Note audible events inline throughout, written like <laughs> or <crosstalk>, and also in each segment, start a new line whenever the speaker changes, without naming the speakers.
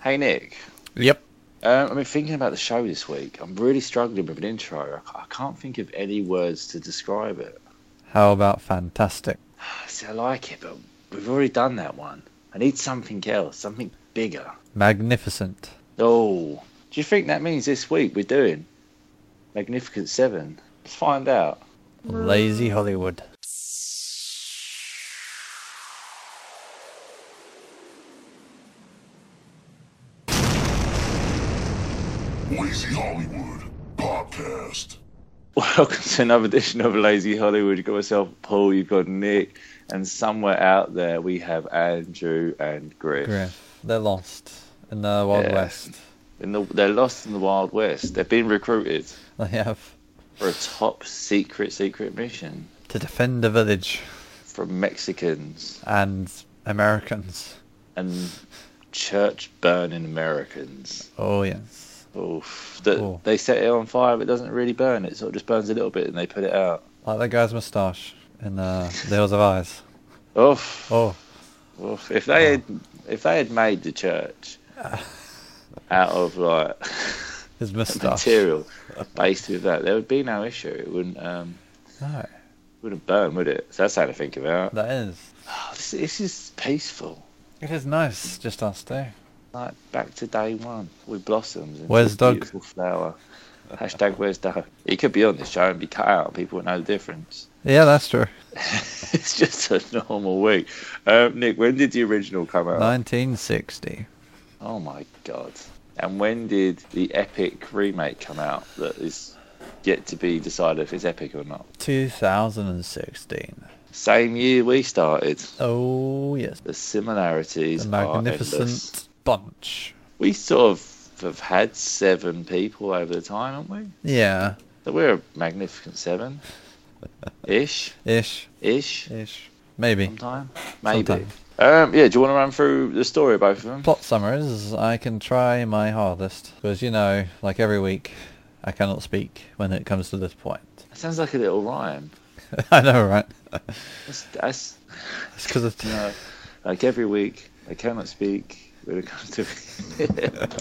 Hey Nick,
Yep.
um, I've been thinking about the show this week. I'm really struggling with an intro. I I can't think of any words to describe it.
How about fantastic?
See, I like it, but we've already done that one. I need something else, something bigger.
Magnificent.
Oh, do you think that means this week we're doing Magnificent Seven? Let's find out. <laughs>
Lazy Hollywood.
Lazy Hollywood Podcast.
Welcome to another edition of Lazy Hollywood. You've got myself, Paul. You've got Nick, and somewhere out there we have Andrew and Griff.
Griff. They're lost in the Wild
Yeah.
West.
In the, they're lost in the Wild West. They've been recruited.
They have
for a top secret secret mission
to defend the village
from Mexicans
and Americans.
and church burning Americans.
Oh, yes.
Oof. That
Oh.
they set it on fire, but it doesn't really burn. It sort of just burns a little bit, and they put it out.
Like that guy's moustache in uh, The Hills of Eyes.
Oof.
Oh,
Oof. If they had, if they had made the church out of like
his moustache.
material based with that, there would be no issue. It wouldn't. Um,
No,
wouldn't burn, would it? So that's how to think about.
that is.
Oh, this, this is peaceful.
It is nice, just us two.
like back to day one with blossoms. And
Where's Doug?
Beautiful flower. Hashtag where's Doug? He could be on this show and be cut out. People would know the difference. <laughs>
Yeah, that's true.
it's just a normal week. Um, Nick, when did the original come out?
1960.
Oh my god! And when did the epic remake come out? That is yet to be decided if it's epic or not.
2016.
Same year we started.
Oh, yes.
The similarities
A
are endless.
magnificent bunch.
We sort of have had seven people over the time, haven't we?
Yeah,
So we're a magnificent seven. Ish,
ish,
ish,
ish. Maybe.
sometime. Maybe.
Sometime.
Um, yeah, do you want to run through the story of both of them?
Plot summaries, I can try my hardest. Because, you know, like every week, I cannot speak when it comes to this point. <laughs>
That sounds like a little rhyme.
I know, right?
That's, that's
It's because of...
you know, like every week, I cannot speak when it comes
<laughs>
to.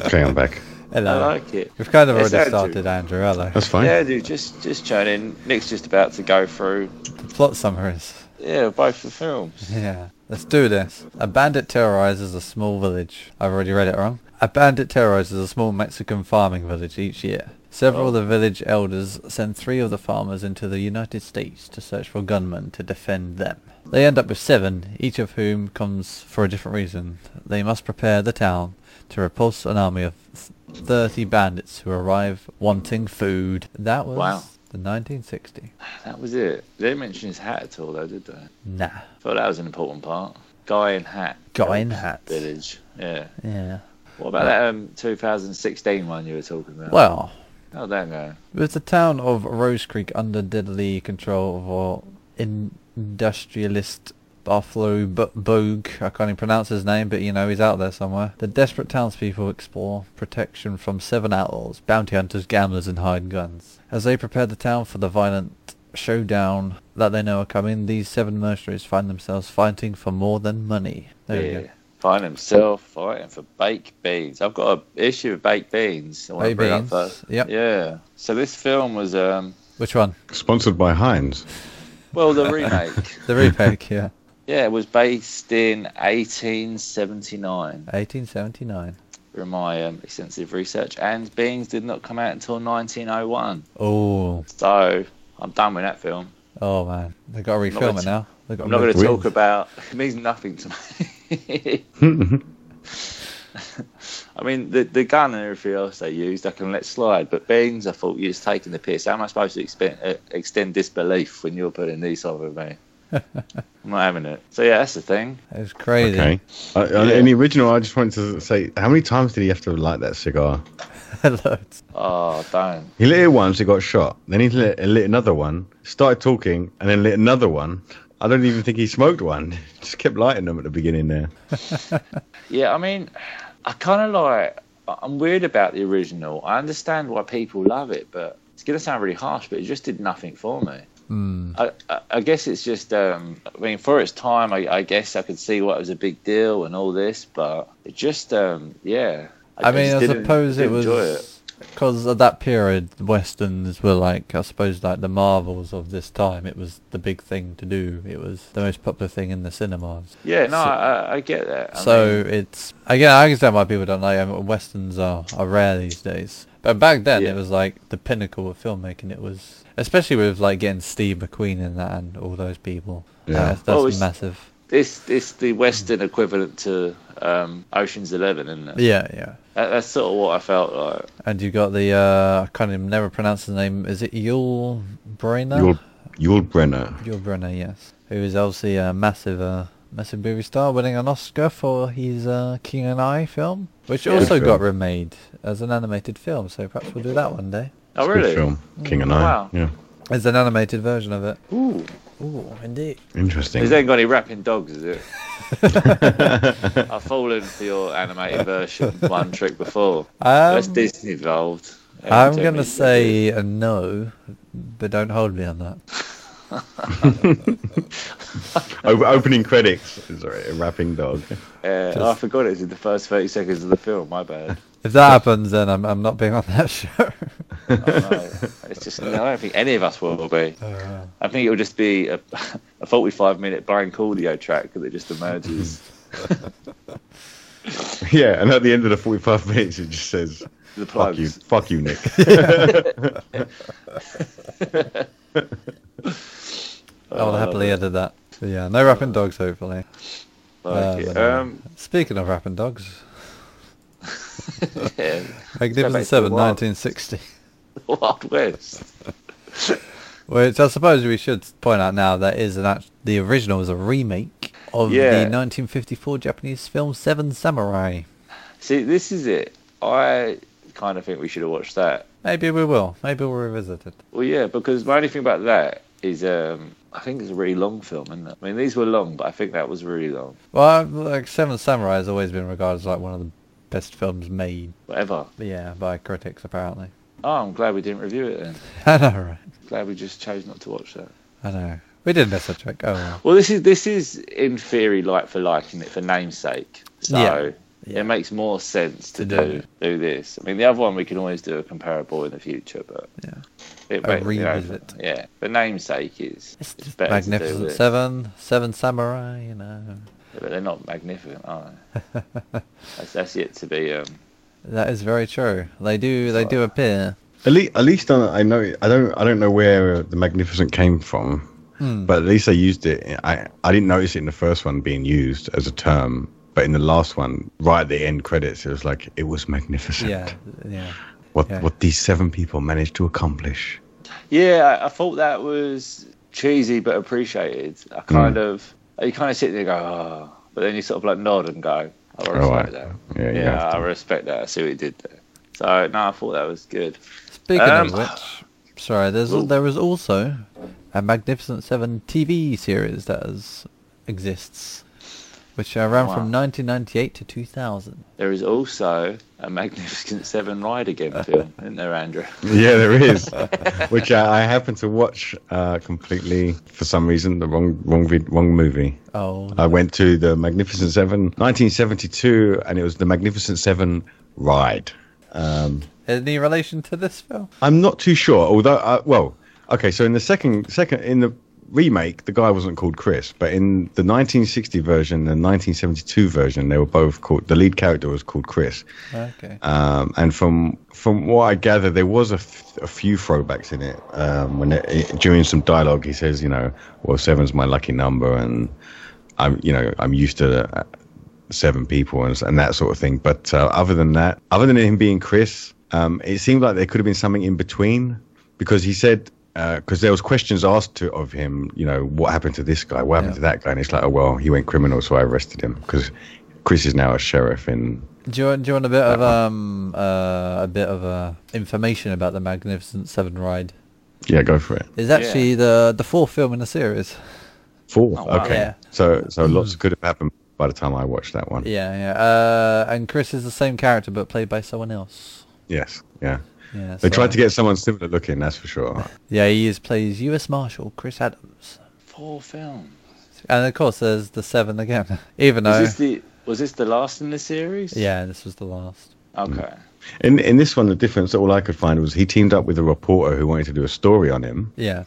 Okay, I'm back.
I
Hello.
like it.
We've kind of
It's
already
Andrew.
started, Andrew, hello.
That's fine.
Yeah, dude, just just tune in. Nick's just about to go through.
The plot summaries.
Yeah, both the films.
Yeah. Let's do this. A bandit terrorizes a small village. I've already read it wrong. A bandit terrorizes a small Mexican farming village each year. Several of the village elders send three of the farmers into the United States to search for gunmen to defend them. They end up with seven, each of whom comes for a different reason. They must prepare the town to repulse an army of th- 30 bandits who arrive wanting food. That was
Wow.
the 1960.
That was it. They didn't mention his hat at all, though, did they?
Nah.
Thought that was an important part. Guy in hat.
Guy in hat.
Village. Yeah.
Yeah.
What about that um, 2016 one you were talking about?
Well,
Oh, there you go.
With the town of Rose Creek under deadly control of an industrialist Buffalo B- Bogue, I can't even pronounce his name, but you know, he's out there somewhere. The desperate townspeople explore protection from seven outlaws, bounty hunters, gamblers, and hired guns. As they prepare the town for the violent showdown that they know are coming, these seven mercenaries find themselves fighting for more than money. There
yeah.
we go.
Find himself fighting for baked beans. I've got an issue with baked beans. I want to
Baked
bring
beans,
Up first.
yep.
Yeah. So this film was, um,
Which one?
Sponsored by Heinz.
well, the
<laughs>
remake.
The repack, yeah.
yeah, it was based in 1879 <laughs>
1879.
through my um, extensive research, and Beans did not come out until 1901.
Oh,
So I'm done with that film.
oh man. They gotta
not
refilm
gonna
it now. They gotta
I'm not
move
going to
it.
talk about. <laughs> It means nothing to me. <laughs> I mean, the the gun and everything else they used, I can let slide. But beans, I thought you was taking the piss. How am I supposed to extend, uh, extend disbelief when you're putting these over me? <laughs> I'm not having it. So yeah, that's the thing.
It was crazy. <laughs>
Okay. Uh, uh,
Yeah.
In the original, I just wanted to say, how many times did he have to light that cigar?
Loads.
Oh, don't.
He lit it once, it got shot. Then he lit, lit another one, started talking, and then lit another one. I don't even think he smoked one. <laughs> Just kept lighting them at the beginning there.
Yeah, I mean, I kind of like. I- I'm weird about the original. I understand why people love it, but it's going to sound really harsh, but it just did nothing for me.
Hmm.
I, I, I guess it's just, um, I mean, for its time, I, I guess I could see why it was a big deal and all this, but it just, um, yeah.
I, mean,
just
I
didn't-
suppose it
didn't
was
enjoy
because at that period, the westerns were like, I suppose, like the marvels of this time. It was the big thing to do. It was the most popular thing in the cinemas.
Yeah, no,
So-
I, I get that. I mean,
so it's again, I understand why people don't like it. Westerns are, are rare these days, but back then
Yeah.
it was like the pinnacle of filmmaking. It was especially with like getting Steve McQueen in that and all those people.
Yeah.
Yeah, that's,
Oh, it's-
massive.
It's it's the Western equivalent to um, Ocean's Eleven, isn't it?
Yeah, yeah.
That, that's sort of what I felt like. Oh,
And you got the uh, I can't even never pronounce his name. Is it Yul
Oh.
Brynner?
Yul, Yul Brenner.
Yul Brynner, yes. Who is obviously a massive, uh, massive movie star, winning an Oscar for his uh, King and I film, which also
film.
got remade as an animated film. So perhaps we'll do that one day.
Oh,
Good
really?
film. King and I.
Wow.
Yeah.
There's an animated version of it.
Ooh.
Ooh, indeed.
Interesting.
This ain't got any rapping dogs, is
<laughs>
it? I've fallen for your animated version one trick before. That's
Um,
Disney involved.
I'm going to say a no, but don't hold me on that.
O- opening credits. Sorry, a rapping dog. <laughs>
Uh, I forgot it's in the first 30 seconds of the film, my bad.
If that happens, then I'm, I'm not being on that <laughs> show.
I don't know. it's just, I don't think any of us will be.
Uh.
I think it'll just be a, <laughs> a 45 minute blank audio track that just emerges.
<laughs>
yeah, and at the end of the 45 minutes, it just says,
The
fuck
plugs.
you, fuck you,
<laughs>
Nick.
Oh, I will happily edit that. But yeah, no rapping dogs, hopefully.
Like
Uh,
it.
but, uh,
Um, <laughs>
Speaking of rapping dogs,
yeah, back
Magnificent
to
Seven,
the wild.
<laughs> 1960.
Wild West.
Which I suppose we should point out now that is an act- the original is a remake of
Yeah.
the 1954 Japanese film Seven Samurai.
See, this is it. I kind of think we should have watched that.
Maybe we will. Maybe we'll revisit it.
Well, yeah, because my only thing about that is, um, I think it's a really long film, isn't it? I mean, these were long, but I think that was really long.
Well, I've- like Seven Samurai has always been regarded as like one of the best films made,
Whatever.
but yeah, by critics apparently. <laughs>
Oh, I'm glad we didn't review it then.
I know, right?
Glad we just chose not to watch that.
I know. We did miss a trick. Oh, well.
Well, this is this is in theory like for like, isn't it? For namesake, so
Yeah. Yeah.
it makes more sense to,
To
do
do.
do this. I mean, the other one we can always do a comparable in the future, but
Yeah.
it
A
ma- you know,
revisit.
yeah, for namesake is
it's just
better to do
Magnificent
this.
Seven, Seven Samurai. You know,
Yeah, but they're not magnificent, are they?
<laughs>
that's, that's yet to be. Um,
that is very true. They do. They do appear.
At least, at least on, I know I don't I don't know where the Magnificent came from,
Hmm.
but at least they used it. I I didn't notice it in the first one being used as a term, but in the last one, right at the end credits, it was like it was magnificent.
Yeah, yeah.
what
yeah.
what these seven people managed
<laughs>
to accomplish.
yeah, I, I thought that was cheesy but appreciated. I
Hmm.
kind of you kind of sit there and go, oh, but then you sort of like nod and go, "Oh, I respect
right.
that.
Oh, Yeah, you
Yeah,
have
I
to.
respect that. I see what he did there. So no, I thought that was good.
Speaking
Um,
of which, sorry, there's al- there is also a Magnificent Seven TV series that is, exists, which uh, ran from
Wow.
1998 to 2000.
There is also a Magnificent <laughs> Seven Ride Again
<laughs>
film, isn't there, Andrew?
Yeah, there is, which I, I happened to watch uh, completely for some reason the wrong wrong vid, wrong movie.
Oh,
I went to the Magnificent Seven, 1972, and it was the Magnificent Seven ride. Um,
any relation to this film?
I'm not too sure. Although, uh, well, okay. So in the second, second in the remake, the guy wasn't called Chris, but in the 1960 version and 1972 version, they were both called. The lead character was called Chris.
Okay.
Um, and from from what I gather, there was a, f- a few throwbacks in it. Um, when it, it- during some dialogue, he says, you know, well, seven's my lucky number, and I'm, you know, I'm used to uh, seven people and, s- and that sort of thing. But uh, other than that, other than him being Chris, um, it seemed like there could have been something in between because he said. Because there was questions asked to of him, you know, what happened to this guy? What happened
Yeah.
to that guy? And it's like, oh well, he went criminal, so I arrested him. Because Chris is now a sheriff in
Do you, want, do you want a bit of um uh, a bit of uh, information about the Magnificent Seven ride?
yeah, go for it.
It's actually the the fourth film in the series.
Four.
Oh, wow. Mm.
Okay.
Yeah.
So so lots could have happened by the time I watched that one.
Yeah, yeah. Uh, and Chris is the same character but played by someone else.
Yes. Yeah.
Yeah,
They
so-
tried to get someone similar looking, that's for sure.
Yeah, he is, plays U.S. Marshal Chris Adams,
Four films.
and of course there's the seven again. <laughs> Even
Was
though,
this the was this the last in the series?
yeah, this was the last.
Okay.
In in this one, the difference all I could find was he teamed up with a reporter who wanted to do a story on him,
Yeah,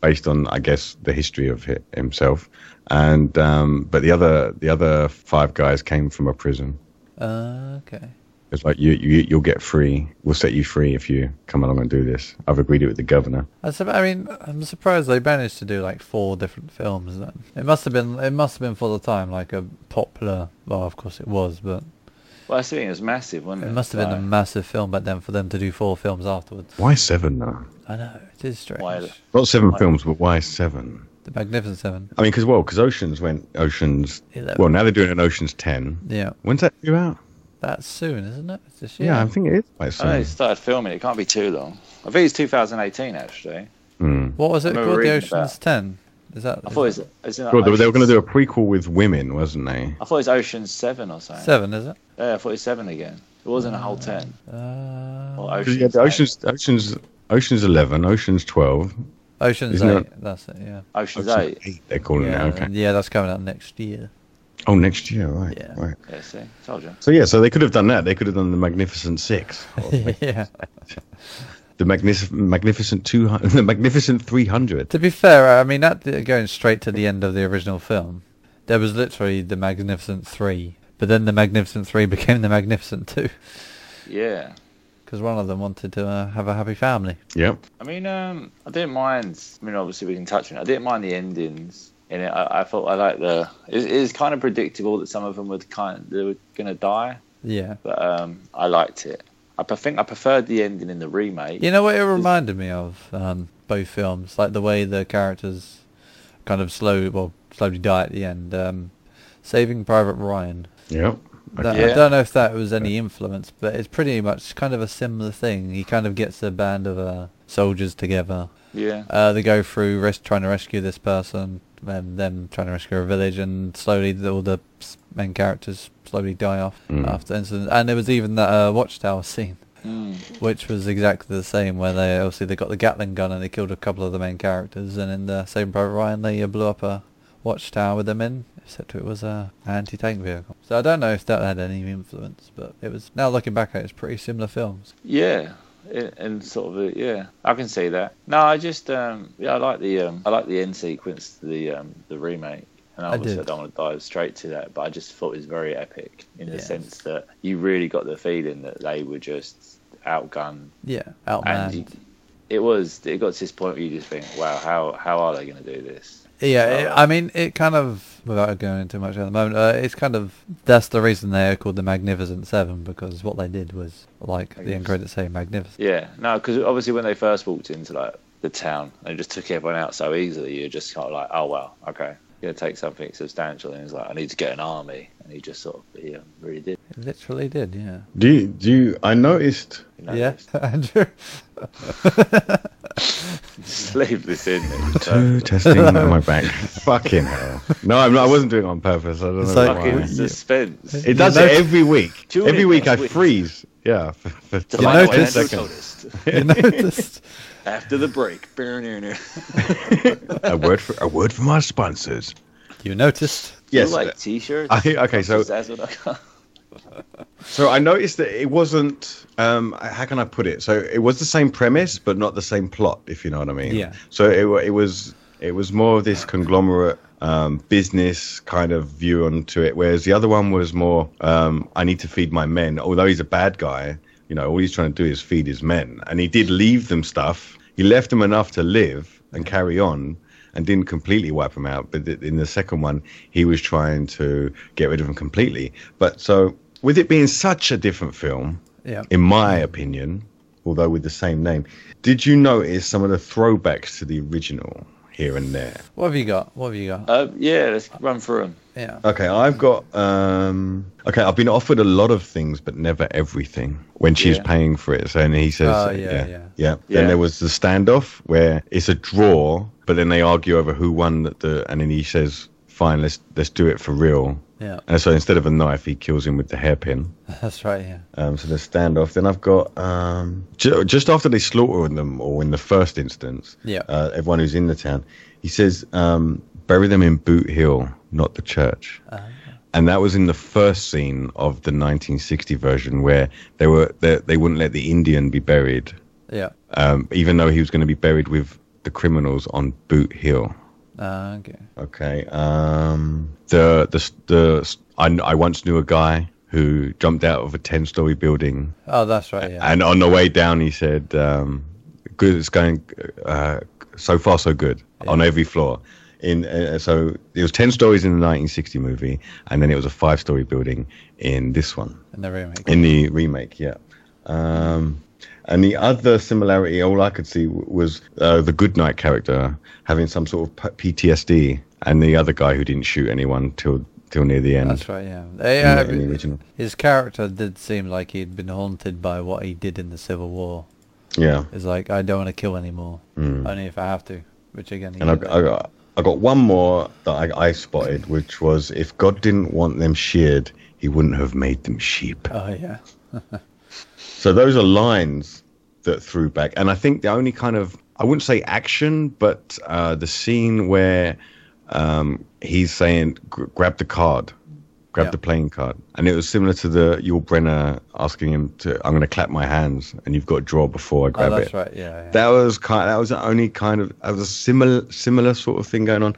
based on I guess the history of hi- himself, and um, but the other the other five guys came from a prison.
uh, okay.
It's like you, you you'll get free. We'll set you free if you come along and do this. I've agreed it with the governor.
I, sup- I mean, I'm surprised they managed to do like four different films. Then it must have been it must have been for the time like a popular. Well, of course it was, but
Well, I think it was massive, wasn't it?
it must have been a massive film back then for them to do four films afterwards.
Why seven though?
I know it is strange.
Why-
Not seven films, but why seven?
The Magnificent Seven.
I mean, because well, because Oceans went Oceans.
Eleven.
Well, now they're doing an Oceans ten.
Yeah,
When's that due out?
that's soon, isn't it? It's this year.
Yeah, I think it is quite
I
Oh,
know
soon.
they started filming. It can't be too long. I think it's 2018 actually.
Hmm.
What was it
remember
called? The
reading about-
Ocean's Ten. Is that
I thought it was, it's not
Well, they, they were
Ocean-
going to do a prequel with women, wasn't they?
I thought it was Ocean Seven or something.
seven? Is it?
Yeah, I thought it was Seven again. It wasn't a whole ten.
Uh,
Well,
Because
Ocean
you had the
Seven.
Oceans, Oceans, Oceans eleven, Oceans twelve,
Ocean's
Isn't
Eight.
it-
That's it. Yeah.
Ocean's
Ocean's
Eight.
eight. They're calling
Yeah,
it. Okay.
yeah, that's coming out next year.
Oh, next year, right?
Yeah.
Right.
Yeah, see, told you.
So yeah, so they could have done that. They could have done the Magnificent Six, or
<laughs> yeah.
the Magnific- Magnificent Two Hundred, <laughs> the Magnificent Three Hundred.
To be fair, I mean, that going straight to the end of the original film, there was literally the Magnificent Three, but then the Magnificent Three <laughs> became the Magnificent Two
Yeah.
because one of them wanted to uh, have a happy family.
Yep.
I mean, um, I didn't mind. I mean, obviously we can touch on it. I didn't mind the endings in it. I, I thought I liked the. It, it was kind of predictable that some of them would kind they were gonna die,
Yeah.
but um, I liked it. I pre- think I preferred the ending in the remake.
You know what it reminded me of? Um, both films, like the way the characters kind of slow, well, slowly die at the end. Um, Saving Private Ryan.
Yep.
That, I
Yeah.
don't know if that was any influence, but it's pretty much kind of a similar thing. He kind of gets a band of uh, soldiers together.
Yeah.
Uh, they go through res- trying to rescue this person, and them trying to rescue a village, and slowly the, all the s- main characters slowly die off after the incident. And there was even that uh, watchtower scene, which was exactly the same, where they obviously they got the Gatling gun and they killed a couple of the main characters, and in the same Private Ryan they uh, blew up a watchtower with them in, except it was a anti-tank vehicle. So I don't know if that had any influence, but it was now looking back at it, it's pretty similar films.
Yeah, i- and sort of a, yeah, I can see that. No, I just um, yeah, I like the um, I like the end sequence, to the um, the remake. And
I
obviously, I,
did.
don't want to dive straight to that, but I just thought it was very epic in the
Yes.
sense that you really got the feeling that they were just outgunned,
Yeah,
and you-
outmanned.
it was it got to this point where you just think, wow, how how are they going to do this?
Yeah, it,
So-
I mean, it kind of, without going into much at the moment, uh, it's kind of, that's the reason they are called the Magnificent Seven, because what they did was, like the end
Magnificent.
credits say, magnificent.
Yeah, no, because obviously when they first walked into like the town, they just took everyone out so easily. You're just kind of like, oh well, okay, you're gonna take something substantial, and he's like, I need to get an army, and he just sort of he um, really did.
It literally did, yeah.
Do you, do you, I noticed?
You know,
yeah, <laughs>
just
Andrew?
<laughs> Leave this in.
Two testing on my back. Fucking hell! No, I'm not, I wasn't doing it on purpose. I don't
It's
know
like-
why.
Fucking suspense.
It does
You
it
know-
every week.
Tune
every
in
week I
next week.
freeze. Yeah. For, for,
The
for
You
final one,
like ten
noticed-
Andrew noticed.
seconds. <laughs>
you noticed?
After the break. <laughs>
A word for a word from our sponsors.
You noticed?
Yes.
You like t-shirts.
I, okay, so
That's what I <laughs> got.
so I noticed that it wasn't. Um, how can I put it? So it was the same premise, but not the same plot. If you know what I mean.
Yeah.
So it wa- it was it was more of this conglomerate um, business kind of view onto it, whereas the other one was more um, I need to feed my men. Although he's a bad guy, you know, all he's trying to do is feed his men, and he did leave them stuff. He left them enough to live and carry on. And didn't completely wipe them out, but th- in the second one, he was trying to get rid of them completely. But so, with it being such a different film,
Yeah.
in my opinion, although with the same name. Did you notice some of the throwbacks to the original here and there?
What have you got? What have you got?
Uh, yeah, let's run through them.
yeah.
Okay, I've got um okay, I've been offered a lot of things but never everything when she's
Yeah.
paying for it. So and he says
Oh, yeah, yeah.
yeah, yeah, Then
Yeah.
there was the standoff where it's a draw, but then they argue over who won the, the and then he says, Fine, let's let's do it for real.
Yeah, <laughs>
And so instead of a knife, he kills him with the hairpin.
that's right. Yeah.
Um, so the standoff. Then I've got um, ju- just after they slaughter them, or in the first instance,
Yeah.
uh, everyone who's in the town. He says, um, "Bury them in Boot Hill, not the church." And that was in the first scene of the 1960 version, where they were they, they wouldn't let the Indian be buried,
Yeah.
um, even though he was going to be buried with the criminals on Boot Hill.
Uh, okay.
Okay. Um, the the the I, I once knew a guy who jumped out of a ten story building,
Oh, that's right. Yeah.
and on the way down he said, um, "Good, it's going uh, so far, so good on every floor." In uh, so it was ten stories in the 1960 movie, and then it was a five story building in this one
In the remake.
in the remake. Yeah. Um, and the other similarity, all I could see w- was uh, the Goodnight character having some sort of p- PTSD, and the other guy who didn't shoot anyone till till near the end.
That's right. Yeah. They,
In the-
uh,
in the original.
His character did seem like he'd been haunted by what he did in the Civil War.
Yeah.
It's like I don't want to kill anymore, only if I have to. Which again, he
Hmm. And I,
did
I
that.
got I got one more that I, I spotted, which was if God didn't want them sheared, He wouldn't have made them sheep.
oh yeah,
So those are lines that threw back, and I think the only kind of I wouldn't say action, but uh, the scene where um, he's saying "Gr- grab the card, grab
Yeah.
the playing card, and it was similar to the Yul Brenner asking him to I'm going to clap my hands, and you've got to draw before I
oh
grab
that's
it.
right. Yeah, yeah.
That was kind. That was the only kind of that was a similar similar sort of thing going on.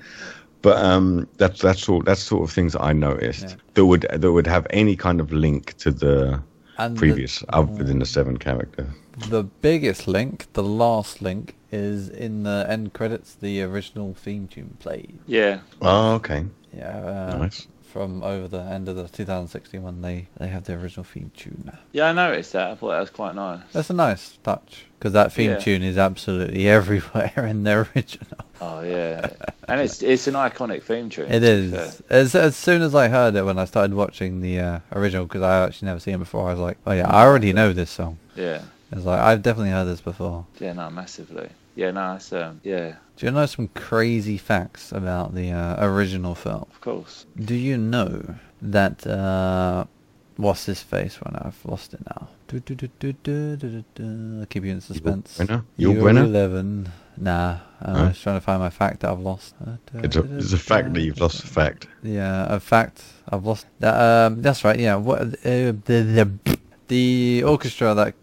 But um, that's that's all. That's sort of things that I noticed
Yeah.
that would that would have any kind of link to the
and Oh.
previous other than the seven character.
The, the biggest link, the last link, is in the end credits. The original theme tune played.
Yeah.
Oh, okay.
Yeah, uh,
Nice.
From over the end of the 2061, they they have the original theme tune.
Yeah, I noticed that. I thought that was quite nice.
That's a nice touch because that theme
Yeah.
tune is absolutely <laughs> everywhere in the original.
Oh yeah, and it's it's an iconic theme tune.
It is. As, as soon as I heard it when I started watching the uh, original, because I actually never seen it before, I was like, oh yeah, I already know this song.
Yeah,
It's like I've definitely heard this before.
yeah, no, massively. Yeah, no, it's um, yeah,
Do you know some crazy facts about the uh, original film?
of course.
Do you know that uh, what's his face? When I've lost it now. Do, do, do, do, do, do, do, do. I keep you in suspense.
Brenner?
You're
Yul Brenner?
Eleven. Nah, uh, I
Huh?
was trying to find my fact that I've lost.
It's a, it's a fact that you've lost a fact.
Yeah, a fact. I've lost. That, um, that's right. Yeah. What uh, the the the orchestra that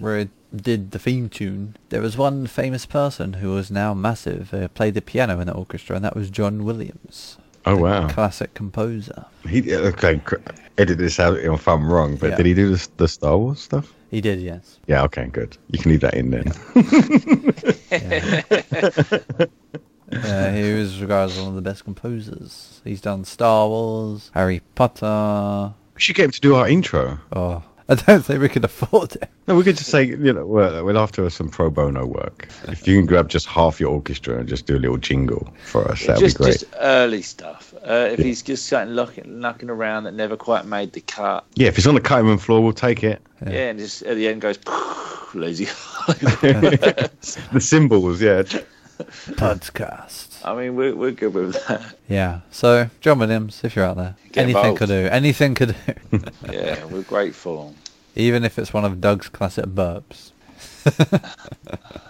were, did the theme tune? There was one famous person who was now massive. Uh, played the piano in the orchestra, and that was John Williams,
Oh wow.
classic composer.
He yeah, okay. cr- Edit this out if I'm wrong. But
Yeah.
did he do the, the Star Wars stuff?
He did,
<laughs>
yes.
Yeah. Okay. Good. You can leave that in there.
Uh, he was regarded as one of the best composers. He's done Star Wars, Harry Potter.
We should get him to do our intro.
Oh, <laughs> I don't think we could afford it.
No, we could just say you know we're, we're after some pro bono work. If you can grab just half your orchestra and just do a little jingle for us, that'd
just
be great.
just early stuff. Uh, if he's just something knocking, knocking around that never quite made the cut.
Yeah. If it's on the cutting room floor, we'll take it.
Yeah, and just at the end goes <laughs> lazy. <laughs>
The cymbals. Yeah. Hmm.
Podcast.
I mean, we're we're good with that.
<laughs> Yeah. So, John Williams, if you're out there,
Get
anything
involved.
could do. Anything could do. <laughs>
Yeah, we're grateful.
Even if it's one of Doug's classic burps.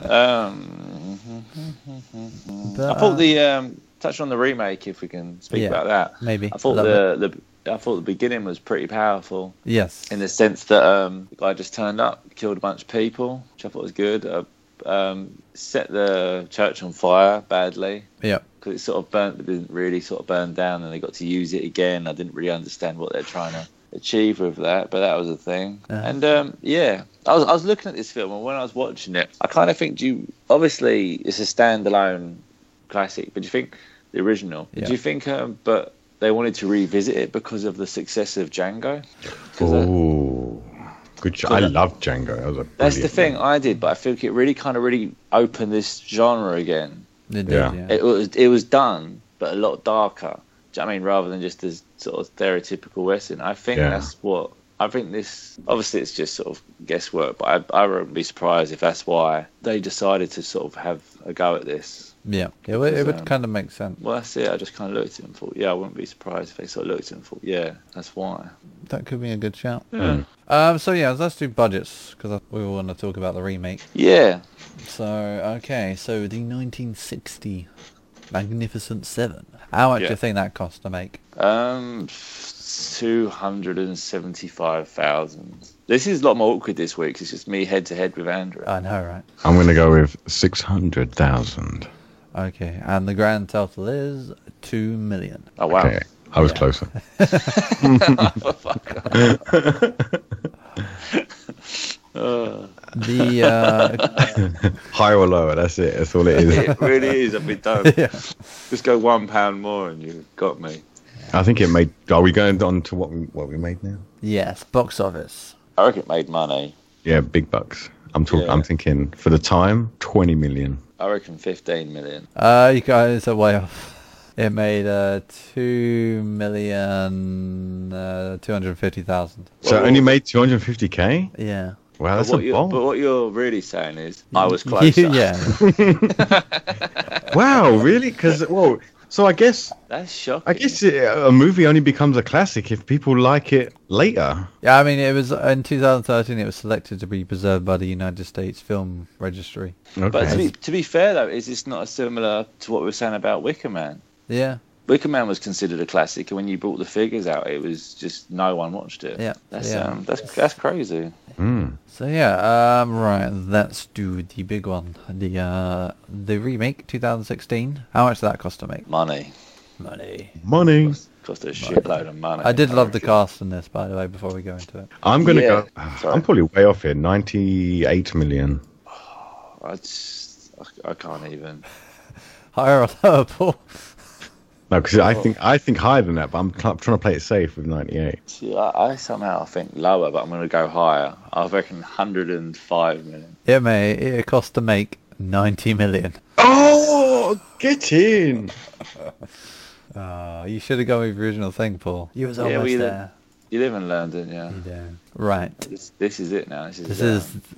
Um,
But,
I thought
uh,
the um, touch on the remake, if we can speak
Yeah,
about that.
maybe.
I thought
Love
the, the I thought the beginning was pretty powerful.
yes.
in the sense that um, the guy just turned up, killed a bunch of people, which I thought was good. Uh, um, set the church on fire badly
yeah.
because it sort of burnt, but didn't really sort of burn down, and they got to use it again. I didn't really understand what they're trying to achieve with that, but that was a thing.
Uh-huh.
And um, yeah, I was I was looking at this film, and when I was watching it, I kind of think do you obviously it's a standalone classic, but do you think the original?
Yeah.
Do you think um, but they wanted to revisit it because of the success of Django? 'Cause that-
Oh, good. ch- I love Django. That was a
that's the
brilliant
thing I did, but I think it really kind of really opened this genre again.
They did,
Yeah.
yeah.
It was it was done, but a lot darker. Do you know what I mean? Rather than just this sort of stereotypical western, I think
Yeah.
that's what I think. This obviously it's just sort of guesswork, but I I wouldn't be surprised if that's why they decided to sort of have a go at this.
Yeah, it would,
Because,
it would
um,
kind of make sense.
Well, that's it. I just kind of looked at him and thought, yeah, I wouldn't be surprised if they sort of looked at him and thought, yeah, that's why.
That could be a good shout.
Yeah.
Um, so yeah, let's do budgets because we want to talk about the remake.
Yeah.
So okay, so the 1960 Magnificent Seven. How much do
Yeah.
you think that cost to make?
Um, 275,000. This is a lot more awkward this week 'cause it's just me head to head with Andrew.
Ah,
I know, right?
I'm going to go with 600,000.
Okay, and the grand total is two million.
oh, wow.
Okay. I was closer.
Uh,
The
<laughs>
uh,
Higher or lower, that's it. That's all it is.
<laughs> it really is. I've been
<laughs>
done.
yeah.
Just go one pound more and you've got me.
I think it made. Are we going on to what we, what we made now?
yes, box office.
I reckon it made money.
Yeah, big bucks. I'm talking.
Yeah.
I'm thinking for the time, 20 million.
I reckon 15 million.
Uh, you guys are way off. It made uh, two million uh, two hundred fifty thousand.
So
Well,
it only made 250k.
Yeah.
Wow, that's
but, what
a
you're, but
bomb.
what you're really saying is, I
<laughs>
<laughs>
was closer.
yeah.
Wow, really? Because whoa. So I guess
That's shocking.
I guess uh, a movie only becomes a classic if people like it later.
Yeah, I mean, it was uh, in 2013. It was selected to be preserved by the United States Film Registry.
Okay.
But to be, to be fair, though, is it's not similar to what we were saying about Wicker Man.
Yeah,
Wicker Man was considered a classic, and when you brought the figures out, it was just no one watched it.
Yeah,
that's
yeah.
Um, that's that's crazy.
Hmm.
So yeah, um, right. Let's do the big one, the uh, the remake, 2016. How much did that cost to make?
Money
Money.
Money.
cost, cost a shitload of money.
I did love the
reckon.
cast in this, by the way. Before we go into it,
I'm gonna
Yeah.
go.
Sorry.
I'm probably way off here. 98 million.
I, just, I, I can't even.
higher or lower, <laughs> Paul?
No, because
Oh.
I think I think higher than that, but I'm cl- trying to play it safe with 98.
See, I, I somehow think lower, but I'm going to go higher. I reckon 105 million.
It may. It cost to make 90 million.
Oh, get in!
Uh, you should have gone with the original thing, Paul. You was
Yeah,
almost
we did.
there.
You live in London, yeah.
Yeah. Right.
This, this is it now. This is
Hmm. This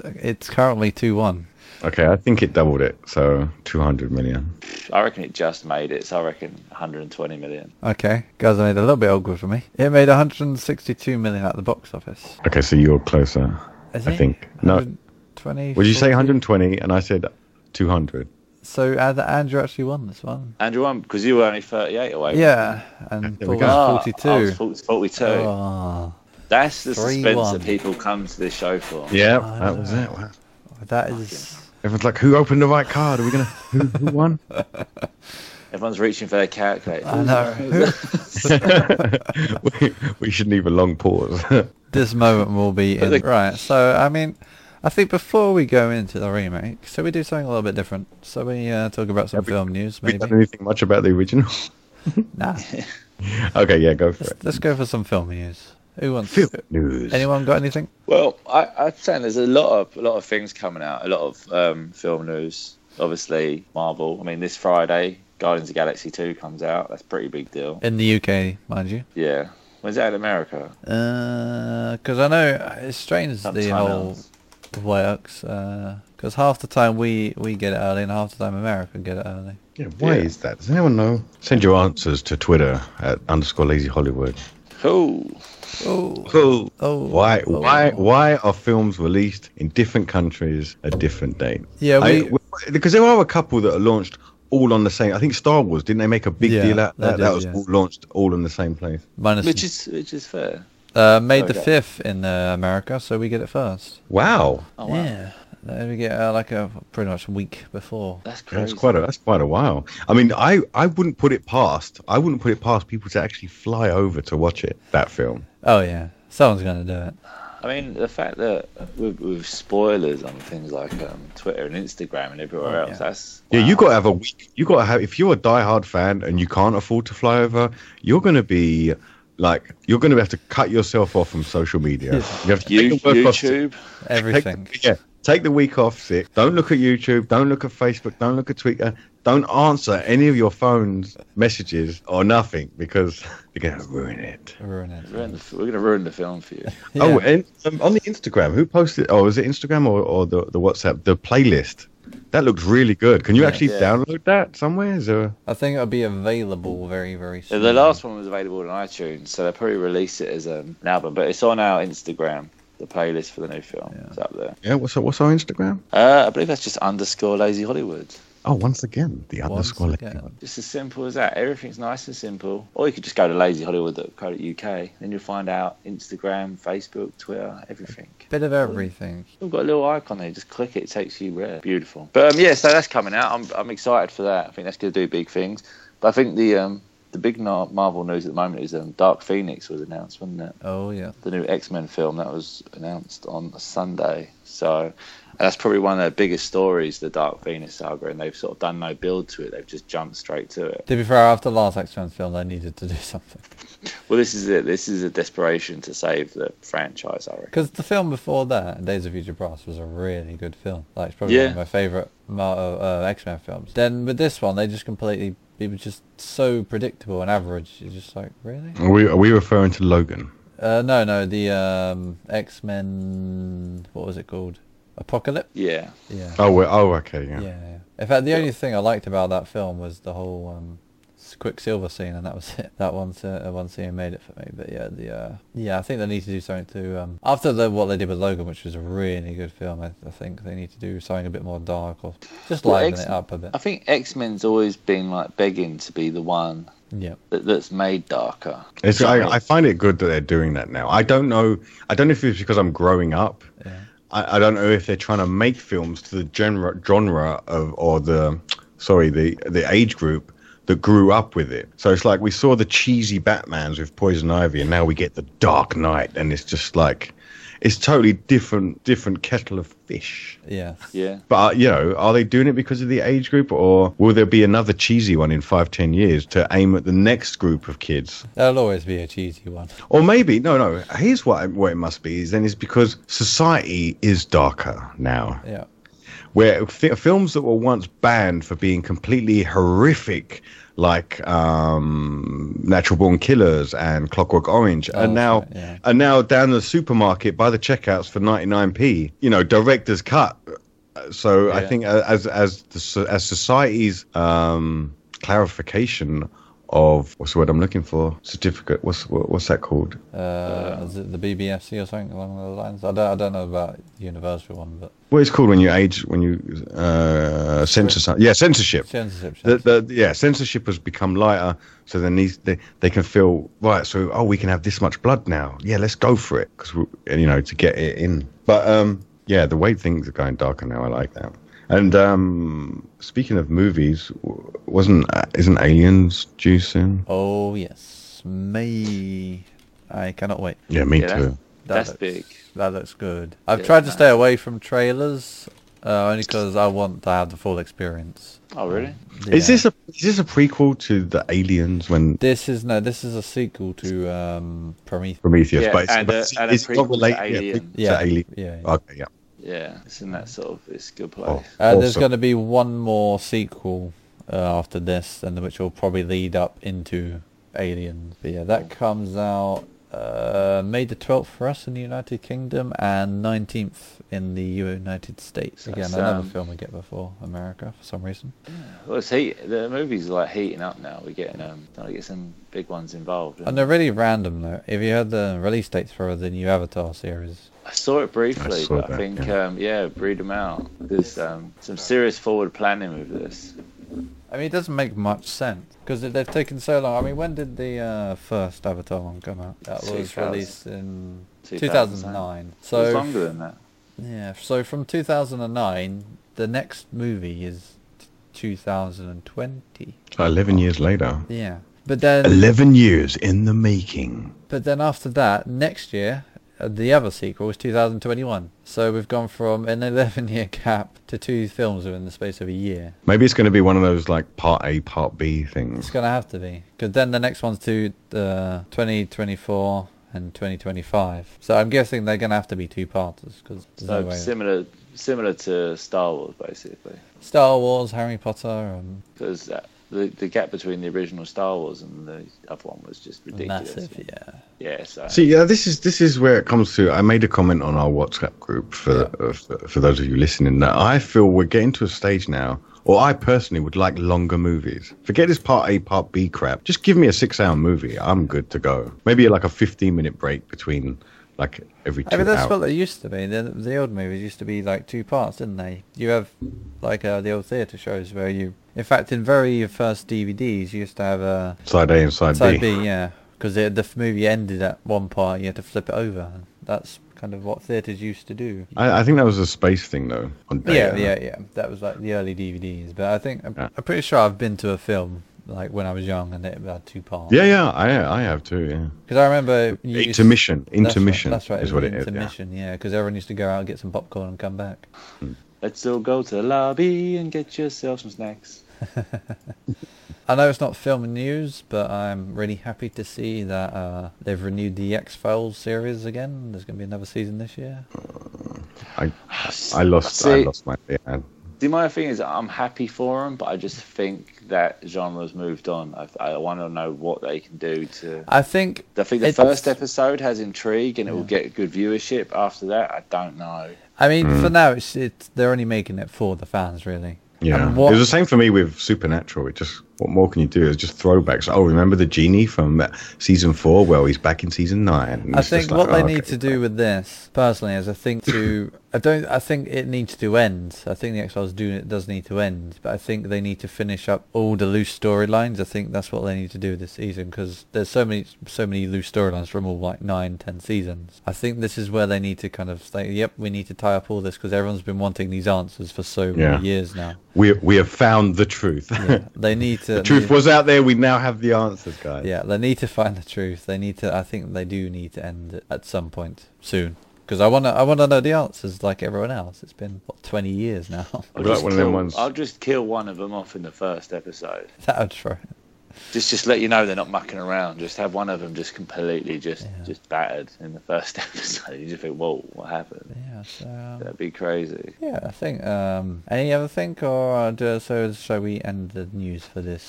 um,
is. It's currently two one.
Okay, I think it doubled it, so 200 million.
I reckon it just made it, so I reckon 120 million.
Okay, guys, I made it a little bit awkward for me. It made 162 million at the box office.
Okay, so you're closer.
Is
I
it?
think- no.
120.
Would you say 120? And I said 200.
So uh, Andrew actually won this one.
Andrew, one because you were only 38 away.
Yeah, and
There
Paul
we go.
was
Ah, I was
42.
40 42.
Oh,
That's the
Three,
suspense
one.
that people come to this show for.
Yeah, that was it. Wow.
that is.
Everyone's like, who opened the right card? Are we gonna who, who
<laughs>
won? <laughs>
Everyone's reaching for their calculator.
I know.
we, we shouldn't leave a long pause. <laughs>
this moment will be in.
the-
Right, so I mean, I think before we go into the remake, so we do something a little bit different. So we uh, talk about some film news,
we
maybe.
don't know anything much about the original. <laughs>
<laughs>
Nah,
okay, yeah, go for it.
let's, let's go for some film news. Who wants?
Film news.
Anyone got anything?
Well, I, I'd say there's a lot of a lot of things coming out, a lot of um, film news. Obviously, Marvel. I mean, this Friday, Guardians of the Galaxy 2 comes out. That's a pretty big deal.
In the UK, mind you.
Yeah. When's that in America?
because I know it's strange the
Sometime
whole
else.
works. Because half the time we we get it early, and half the time America get it early.
Yeah, why
Yeah.
is that? Does anyone know? Send your answers to Twitter at underscore lazy Hollywood.
Cool.
Oh,
Cool.
Oh.
Why?
Oh.
Why? Why are films released in different countries at different dates?
Yeah,
I-
we-
because there are a couple that are launched all on the same. I think Star Wars didn't they make a big
Yeah,
deal out
they
that?
did,
that was
yeah.
all launched all in the same place.
minus
Which is which is fair.
uh, May the
okay.
fifth in uh, America, so we get it first.
Wow,
Oh wow.
Yeah, Uh, we get uh, like a pretty much a week before.
That's crazy.
that's quite a that's quite a while. I mean, I I wouldn't put it past I wouldn't put it past people to actually fly over to watch it that film.
Oh yeah, someone's gonna do it.
I mean, the fact that with, with spoilers on things like um, Twitter and Instagram and everywhere
Oh,
else,
yeah.
that's
Yeah, you
wow.
got to have a week. You got to have if you're a diehard fan and you can't afford to fly over, you're going to be like you're going to have to cut yourself off from social media. You have to
You-
take the work off sick-
YouTube.
take the-
Everything.
<laughs> yeah, take the week off sick. Don't look at YouTube. Don't look at Facebook. Don't look at Twitter. Don't answer any of your phone's messages or nothing because <laughs> you're going to ruin it.
Ruin it.
Ruin the, we're going to ruin the film for you.
Yeah.
Oh, and um, on the Instagram, who posted? Oh, was it Instagram or, or the, the WhatsApp? The playlist. That looks really good. Can you actually
yeah.
download that somewhere? Is there a-
I think it'll be available very, very
The
soon.
the last one was available on iTunes, so they'll probably release it as um, an album. But it's on our Instagram, the playlist for the new film.
Yeah.
It's up there.
yeah, what's our, what's our Instagram?
Uh, I believe that's just underscore Lazy Hollywood.
Oh, once again, the
Once
underscore.
again.
Just as simple as that. Everything's nice and simple. Or you could just go to lazyhollywood.co.uk, then you'll find out Instagram, Facebook, Twitter, everything.
Bit of everything.
We've got a little icon there. Just click it. It takes you there. Beautiful. But um, yeah, so that's coming out. I'm, I'm excited for that. I think that's going to do big things. But I think the um, the big Mar- Marvel news at the moment is um, Dark Phoenix was announced, wasn't it?
Oh yeah.
The new X Men film that was announced on Sunday. So and that's probably one of their biggest stories, the Dark Phoenix saga. And they've sort of done no build to it. They've just jumped straight to it.
To be fair, after last X Men film, they needed to <laughs> do something
Well, this is it. This is a desperation to save the franchise. I reckon.
because the film before that, Days of Future Past, was a really good film. Like it's probably one
Yeah.
of my favorite Mar- uh, uh, X Men films. Then with this one, they just completely it was just so predictable and average. You're just like, really?
Are we, are we referring to Logan?
Uh, no, no, the um, X Men. What was it called? Apocalypse.
Yeah.
Yeah.
Oh, we're, oh, okay, yeah.
Yeah. yeah. In fact, the only thing I liked about that film was the whole um, s- Quicksilver scene, and that was <laughs> it. That one, s- uh, one scene made it for me. But yeah, the uh, yeah, I think they need to do something to um, after the, what they did with Logan, which was a really good film. I, I think they need to do something a bit more dark or just
Well,
liven
X- uh,
it up a bit.
I think X Men's always been like begging to be the one
Yeah.
that, that's made darker.
It's, I, I find it good that they're doing that now. I don't know. I don't know if it's because I'm growing up.
Yeah.
I, I don't know if they're trying to make films to the genre, genre of or the sorry the the age group that grew up with it. So it's like we saw the cheesy Batman's with Poison Ivy, and now we get the Dark Knight, and it's just like it's totally different different kettle of fish.
Yeah.
Yeah.
But uh, you know, are they doing it because of the age group, or will there be another cheesy one in five ten years to aim at the next group of kids?
That'll always be a cheesy one.
Or maybe no, no. Here's what what it must be is then is because society is darker now.
Yeah.
Where fi- films that were once banned for being completely horrific, like um, Natural Born Killers and Clockwork Orange, are
Oh,
now
right, yeah.
are now down the supermarket by the checkouts for ninety nine p. You know, director's cut. Uh, So I
Yeah.
think uh, as as the, so- as society's um, clarification of what's the word I'm looking for certificate what's what, what's that called
Uh, is it the BBFC E or something along those lines? I don't, I don't know about the Universal one, but
Well, it's called when you age, when you uh, censor something. Yeah, censorship.
censorship.
The, the, yeah, censorship has become lighter, so then these they, they can feel right. So oh, we can have this much blood now. Yeah, let's go for it because you know to get it in. But um, yeah, the way things are going darker now, I like that. And um, speaking of movies, w- wasn't uh, isn't Aliens due soon?
Oh yes, me. I cannot wait.
Yeah, me
Yeah, that's-
too.
That's
looks,
big.
That looks good. I've
Yeah,
tried to
nice.
stay away from trailers, uh, only because I want to have the full experience.
Oh, really?
Is
Yeah.
this a is this a prequel to the Aliens when
This is no. This is a sequel to um, Prometheus.
Prometheus?
Yeah,
but it's,
and
but
a-
it's,
and a
it's
prequel to
not related.
Alien.
Yeah,
Yeah,
prequel to Alien.
yeah, yeah.
Okay, yeah.
Yeah. It's in that sort of it's a good place.
Oh.
Uh, There's
Awesome.
going to be one more sequel uh, after this, and which will probably lead up into Aliens. But yeah, that comes out uh, May the 12th for us in the United Kingdom and 19th in the United States.
So
Again,
that's,
another
um,
film we get before America for some reason.
Well, it's heat. The movies are like heating up now. We're getting um, trying to get some big ones involved.
And they're really random though. If you heard the release dates for the new Avatar series,
I saw it briefly,
I saw
but I
that,
think
yeah.
um, yeah, breed them out. There's um, some serious forward planning with this.
I mean, it doesn't make much sense because they've taken so long. I mean, when did the uh, first Avatar one come out? That was
2000.
released in
2009.
2009.
So it's
So
longer than that.
yeah, so from 2009, the next movie is t- 2020.
So Eleven years later.
Yeah, but then
Eleven years in the making.
but then after that, next year. uh, The other sequel was 2021, so we've gone from an 11-year gap to two films within the space of a year.
Maybe it's going to be one of those like part A, part B
It's
things.
gonna have to be because then the next one's to uh, 2024 and 2025. So I'm guessing they're gonna have to be two parters because there's
So
no way.
similar, similar to Star Wars, basically,
Star Wars, Harry Potter, um,
because the, the gap between the original Star Wars and the other one was just ridiculous.
Massive, yeah.
Yeah, so
See, yeah, this is this is where it comes to. I made a comment on our WhatsApp group for uh, for, for those of you listening that I feel we're getting to a stage now, or I personally would like longer movies. Forget this part A, part B crap. Just give me a six-hour movie. I'm good to go. Maybe like a fifteen-minute break between, like every two
I mean, that's
hours.
what they used to be. The, the old movies used to be like two parts, didn't they? You have like uh, the old theatre shows where you, in fact, in very first DVDs, you used to have a
Side A and side,
side
B.
B, yeah, because the the f- movie ended at one part, you had to flip it over. And that's kind of what theatres used to do.
I, I think that was a space thing though. On
Yeah,
data.
yeah, yeah. That was like the early DVDs, but I think I'm,
Yeah.
I'm pretty sure I've been to a film like when I was young and it had two parts.
yeah, yeah. I I have too. Yeah.
Because I remember you used-
Intermission.
That's right,
Intermission
That's right.
is what it is. Yeah.
intermission, yeah. Because everyone used to go out and get some popcorn and come back.
let's all go to the lobby and get yourself some snacks.
I know it's not film news, but I'm really happy to see that uh, they've renewed the X Files series again. There's going to be another season this year.
I I lost I
See-
lost my yeah.
See, my thing is, I'm happy for them, but I just think that genre's moved on. I, I want to know what they can do to.
I think
I think the
It's-
first episode has intrigue and it will get good viewership. After that, I don't know.
I mean,
Mm.
for now, it's, it's they're only making it for the fans, really.
Yeah,
And what-
it was the same for me with Supernatural. It just what more can you do? It's just throwbacks. Oh, remember the genie from uh, season four? Well, he's back in season nine. And
I
it's just
think
like,
what they
oh,
need
okay.
to do with this, personally, is I think to I don't I think it needs to end. I think the X Files do it does need to end, but I think they need to finish up all the loose storylines. I think that's what they need to do this season because there's so many so many loose storylines from all like nine ten seasons. I think this is where they need to kind of say, yep, we need to tie up all this because everyone's been wanting these answers for so
Yeah.
many years now.
We we have found the truth. <laughs>
They need to
the truth
they-
was out there. We now have the answers, guys.
yeah, they need to find the truth. They need to. I think they do need to end it at some point soon. Because I wanna, I wanna know the answers like everyone else. It's been what twenty years now. <laughs>
I'll
Like
just
one of
kill,
them ones-
I'll just kill one of them off in the first episode.
that would throw it.
Just, just let you know they're not mucking around. Just have one of them just completely just, just battered in the first <laughs> episode. You just think, whoa, what happened?
Yeah. So um,
That'd be crazy.
yeah, I think. Um, any other thing, or do, so shall we end the news for this?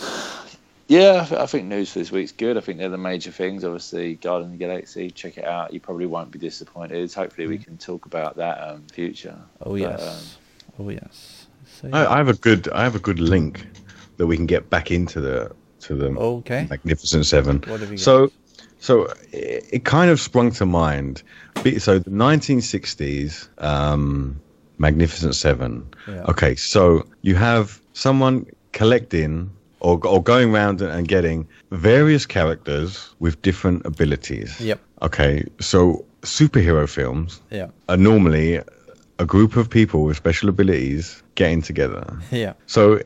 Yeah, I, th- I think news for this week's good. I think they're the major things. Obviously, Guardian of the Galaxy, check it out. You probably won't be disappointed. Hopefully, we can talk about that um, future.
Oh
But,
yes. oh yes. So,
Um, I, I have a good I have a good link that we can get back into the to the
Okay.
Magnificent Seven.
What have you
so so it, it kind of sprung to mind. Be- So the 1960s um, Magnificent Seven.
Yeah.
Okay, so you have someone collecting or or going around and getting various characters with different abilities.
Yep.
Okay, so superhero films
Yeah.
are normally a group of people with special abilities getting together.
Yeah.
So uh,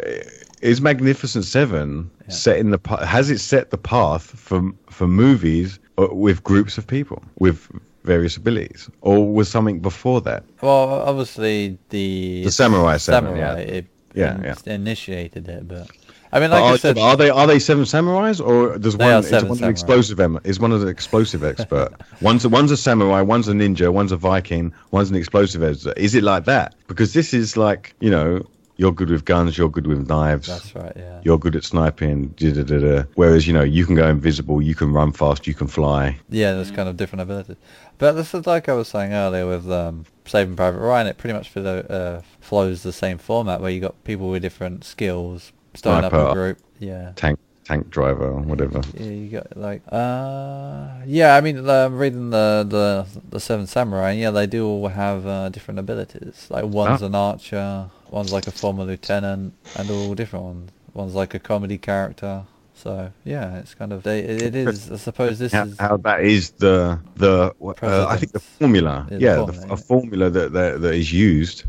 is Magnificent Seven setting the pa- has it set the path for for movies uh, with groups of people with various abilities, or was something before that?
Well, obviously the
The Samurai Seven,
samurai
yeah.
it
Yeah,
in-
yeah.
initiated it, but I mean,
But
like I
are,
said,
are they are they seven samurais or does
They
one
are
is
seven
one an
samurai.
explosive em- is one an explosive
<laughs>
expert? one's a, one's a samurai, one's a ninja, one's a Viking, one's an explosive expert. Is it like that? Because this is like you know you're good with guns, you're good with knives,
that's right. Yeah.
you're good at sniping. Da, da, da, da. Whereas you know you can go invisible, you can run fast, you can fly.
Yeah, there's kind of different abilities. But this is like I was saying earlier with um, Saving Private Ryan. It pretty much for the, uh, flows the same format where you got people with different skills starting up
Sniper.
a group. Yeah.
Tank tank driver, or whatever.
Yeah, you got like uh yeah. I mean, uh, reading the the the Seven Samurai. Yeah, they do all have uh, different abilities. Like one's
Ah.
an archer, one's like a former lieutenant, and all different ones. One's like a comedy character. So yeah, it's kind of they, it, it is. I suppose this
how,
is
how that is the the uh, I think the formula,
Yeah,
yeah,
the
the,
formula,
a
yeah.
formula that, that that is used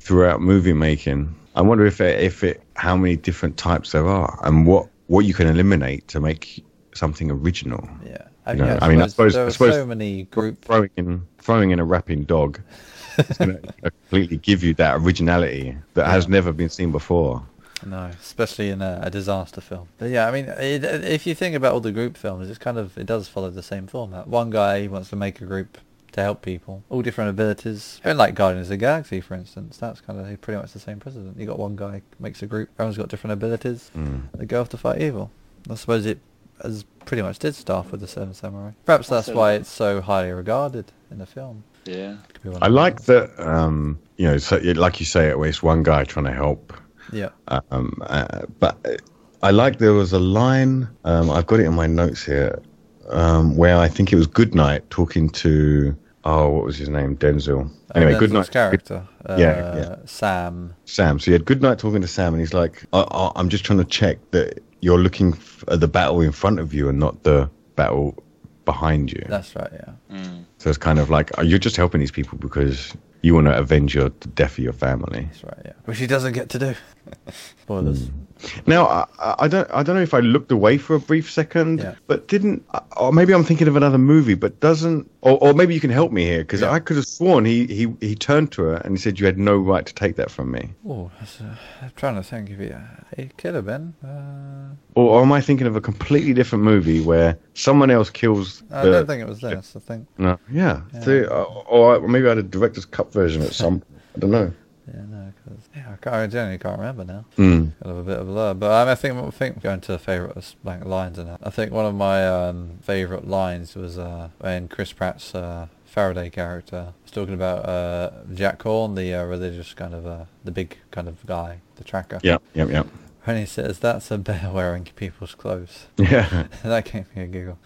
throughout movie making. I wonder if it, if it how many different types there are and what what you can eliminate to make something original.
Yeah, I
You
mean,
know,
I,
I mean, I
suppose,
suppose-
there
I
are
suppose-
so many group.
Throwing in throwing in a rapping dog
<laughs>
is going to completely give you that originality that has never been seen before.
No, especially in a, a disaster film. But yeah, I mean, it, if you think about all the group films, it's kind of it does follow the same format. One guy wants to make a group to help people, all different abilities. I mean, like Guardians of the Galaxy, for instance, that's kind of pretty much the same precedent. You got one guy makes a group, everyone's got different abilities,
Mm.
they go off to fight evil. I suppose it as pretty much did start with the Seven Samurai. Perhaps that's
Absolutely.
why it's so highly regarded in the film.
Yeah.
Could be one
I
of
like
those.
that. Um, you know, so, like you say, it's one guy trying to help
Yeah.
Um, uh, but I like there was a line. Um, I've got it in my notes here, um, where I think it was Goodnight talking to oh, what was his name, Denzel. Anyway,
Denzel's
Goodnight,
character. Uh,
Yeah, yeah.
Sam.
Sam. So you had Goodnight talking to Sam, and he's like, I- I- "I'm just trying to check that you're looking f- at the battle in front of you and not the battle behind you."
That's right. Yeah.
so it's kind of like oh, you're just helping these people because you want to avenge your the death of your family.
That's right. Yeah. Which he doesn't get to do. <laughs> Spoilers.
Hmm. Now I, I I don't I don't know if I looked away for a brief second,
Yeah.
but didn't or maybe I'm thinking of another movie, but doesn't or, or maybe you can help me here because
Yeah.
I could have sworn he, he he turned to her and he said you had no right to take that from me,
Oh, that's, uh, I'm trying to think if he, uh, it could have been. Uh,
or, or am I thinking of a completely different movie where someone else kills?
I
the-
don't think it was this. I think
No, yeah, So, uh, or, or maybe I had a director's cut version at some. I don't know.
yeah, no, because yeah, I, can't, I generally can't remember now.
Mm.
Kind of a bit of a blur, but um, I think I think going to the favorite like lines and that. I think one of my um, favorite lines was uh, when Chris Pratt's uh, Faraday character was talking about uh, Jack Horn, the uh, religious kind of uh, the big kind of guy, the tracker.
Yeah, yeah, yeah,
And he says, "That's a bear <laughs> wearing people's clothes." <laughs>
yeah.
that gave me a giggle.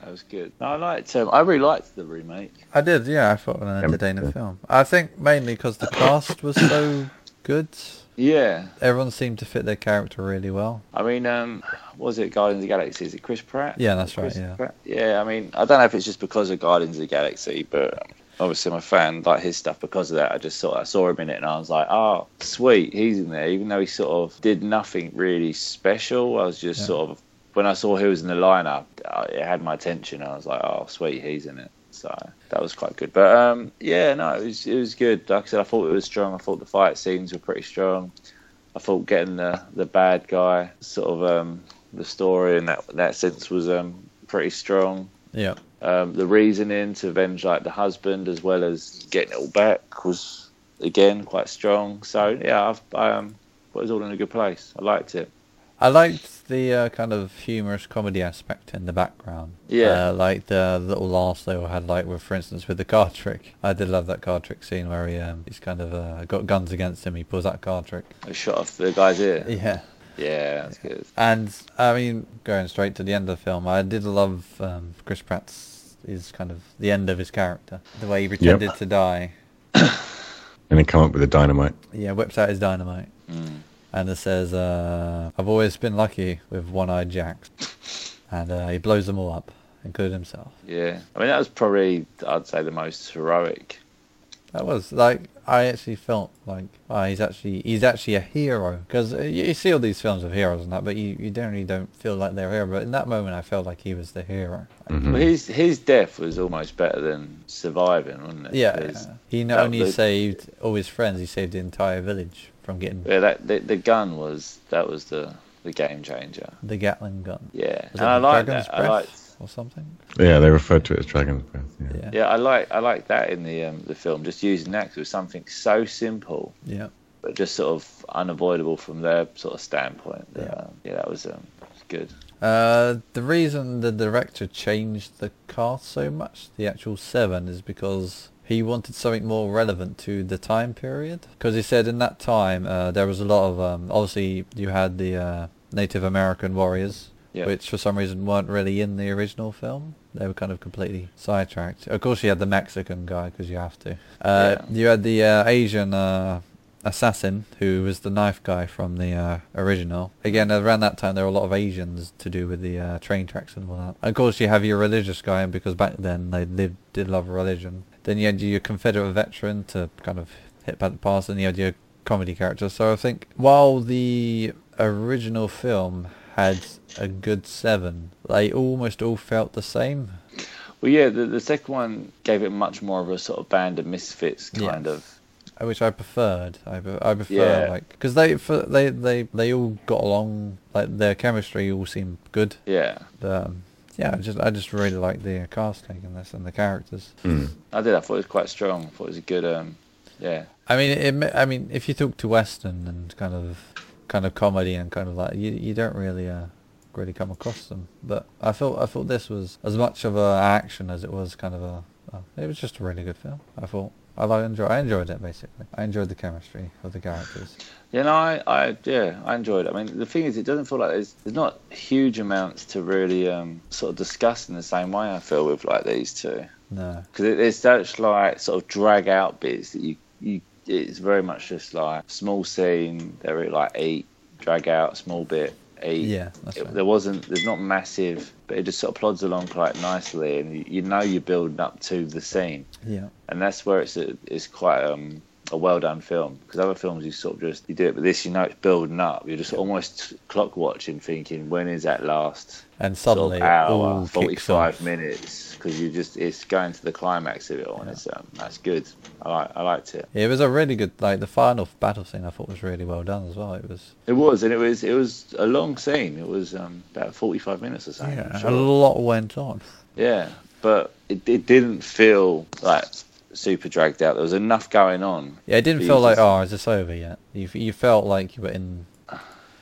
That was good. No, I liked. Um, I really liked the remake.
I did, yeah. I thought it was an entertaining film. I think mainly because the cast was so good.
Yeah.
Everyone seemed to fit their character really well.
I mean, um, what was it Guardians of the Galaxy? Is it Chris Pratt?
Yeah, that's right.
Chris
Yeah,
Pratt? Yeah. I mean, I don't know if it's just because of Guardians of the Galaxy, but um, obviously I'm a fan like his stuff because of that. I just saw I saw him in it and I was like, oh, sweet, he's in there. Even though he sort of did nothing really special, I was just
Yeah.
sort of when I saw who was in the lineup, uh, it had my attention. I was like, oh, sweet, he's in it. So that was quite good. But um, yeah, no, it was it was good. Like I said, I thought it was strong. I thought the fight scenes were pretty strong. I thought getting the, the bad guy sort of um, the story in that that sense was um, pretty strong.
yeah,
Um, the reasoning to avenge like the husband as well as getting it all back was again quite strong. So yeah, I've, I um, it was all in a good place. I liked it.
I liked the uh, kind of humorous comedy aspect in the background.
Yeah.
uh, like the little laughs they all had, like with, for instance, with the card trick. I did love that card trick scene where he um, he's kind of uh, got guns against him. He pulls that card trick. <laughs>
I shot off the guy's ear.
Yeah.
Yeah, that's good.
And I mean, going straight to the end of the film, I did love um, Chris Pratt's his kind of the end of his character, the way he pretended to die.
<laughs> And then come up with a dynamite.
Yeah, whips out his dynamite, and it says, uh, "I've always been lucky with one-eyed jacks," and uh, he blows them all up, including himself.
Yeah, I mean that was probably I'd say the most heroic.
That was like I actually felt like wow, he's actually he's actually a hero because you, you see all these films of heroes and that, but you, you generally don't feel like they're a hero. But in that moment, I felt like he was the hero.
Mm-hmm.
Well, his his death was almost better than surviving, wasn't it?
Yeah,
'Cause-
yeah. he not
that
only
was-
saved all his friends, he saved the entire village from getting
Yeah, that the, the gun was that was the the game changer.
the Gatling gun.
Yeah,
Was
and I
it
like
Dragon's
that. I
Breath
like
or something.
Yeah, they referred to it as Dragon's Breath. Yeah.
Yeah,
yeah, I like I like that in the um, the film. Just using that 'cause it was something so simple,
yeah.
but just sort of unavoidable from their sort of standpoint. That,
Yeah.
um, yeah, that was um, good.
Uh, the reason the director changed the cast so much, the actual seven, is because he wanted something more relevant to the time period. Because he said in that time uh, there was a lot of um, obviously you had the uh, Native American warriors,
Yeah.
which for some reason weren't really in the original film. They were kind of completely sidetracked. Of course, you had the Mexican guy because you have to. Uh,
Yeah.
You had the uh, Asian uh, assassin who was the knife guy from the uh, original. Again, around that time there were a lot of Asians to do with the uh, train tracks and all that. And of course, you have your religious guy because back then they lived, did love religion. Then you had your Confederate veteran to kind of hit back the past, and you had your comedy character. So I think while the original film had a good seven, they almost all felt the same.
Well, yeah, the, the second one gave it much more of a sort of band of misfits kind
Yes.
of.
Uh, which I preferred. I, pre- I prefer
Yeah.
like because they for, they they they all got along. Like their chemistry all seemed good.
Yeah,
Um, Yeah, I just I just really like the uh, casting in this and the characters.
I did. I thought it was quite strong. I thought it was a good. Um, yeah,
I mean, it, ma- I mean, if you talk to Western and kind of kind of comedy and kind of like you, you don't really uh, really come across them. But I felt I thought this was as much of a action as it was kind of a. a it was just a really good film. I thought I like enjoy I enjoyed it basically. I enjoyed the chemistry of the characters.
Yeah, no, I, I, yeah, I enjoyed it. I mean, the thing is, it doesn't feel like there's, there's not huge amounts to really um, sort of discuss in the same way I feel with like these two,
No,
because it, it's such like sort of drag out bits that you, you, it's very much just like small scene, they really like eat, drag out, small bit, eat.
yeah, that's
It,
right.
there wasn't, there's not massive, but it just sort of plods along quite nicely, and you, you know you're building up to the scene
yeah.
and that's where it's a, it's quite um, a well done film because other films you sort of just you do it, but this you know it's building up. You're just almost clock watching, thinking when is that last
And
sort
suddenly
of
it all
hour,
kicks
forty five
off.
minutes because you just it's going to the climax of it all, and it's um, that's good. I like, I liked it.
It was a really good like the final battle scene. I thought was really well done as well. It was
It was, and it was it was a long scene. It was um, about forty five minutes or something. I'm
yeah,
sure.
a lot went on.
Yeah, but it, it didn't feel like super dragged out. There was enough going on.
Yeah, it didn't
But
feel
you
like
just-
oh, is this over yet? You f- you felt like you were in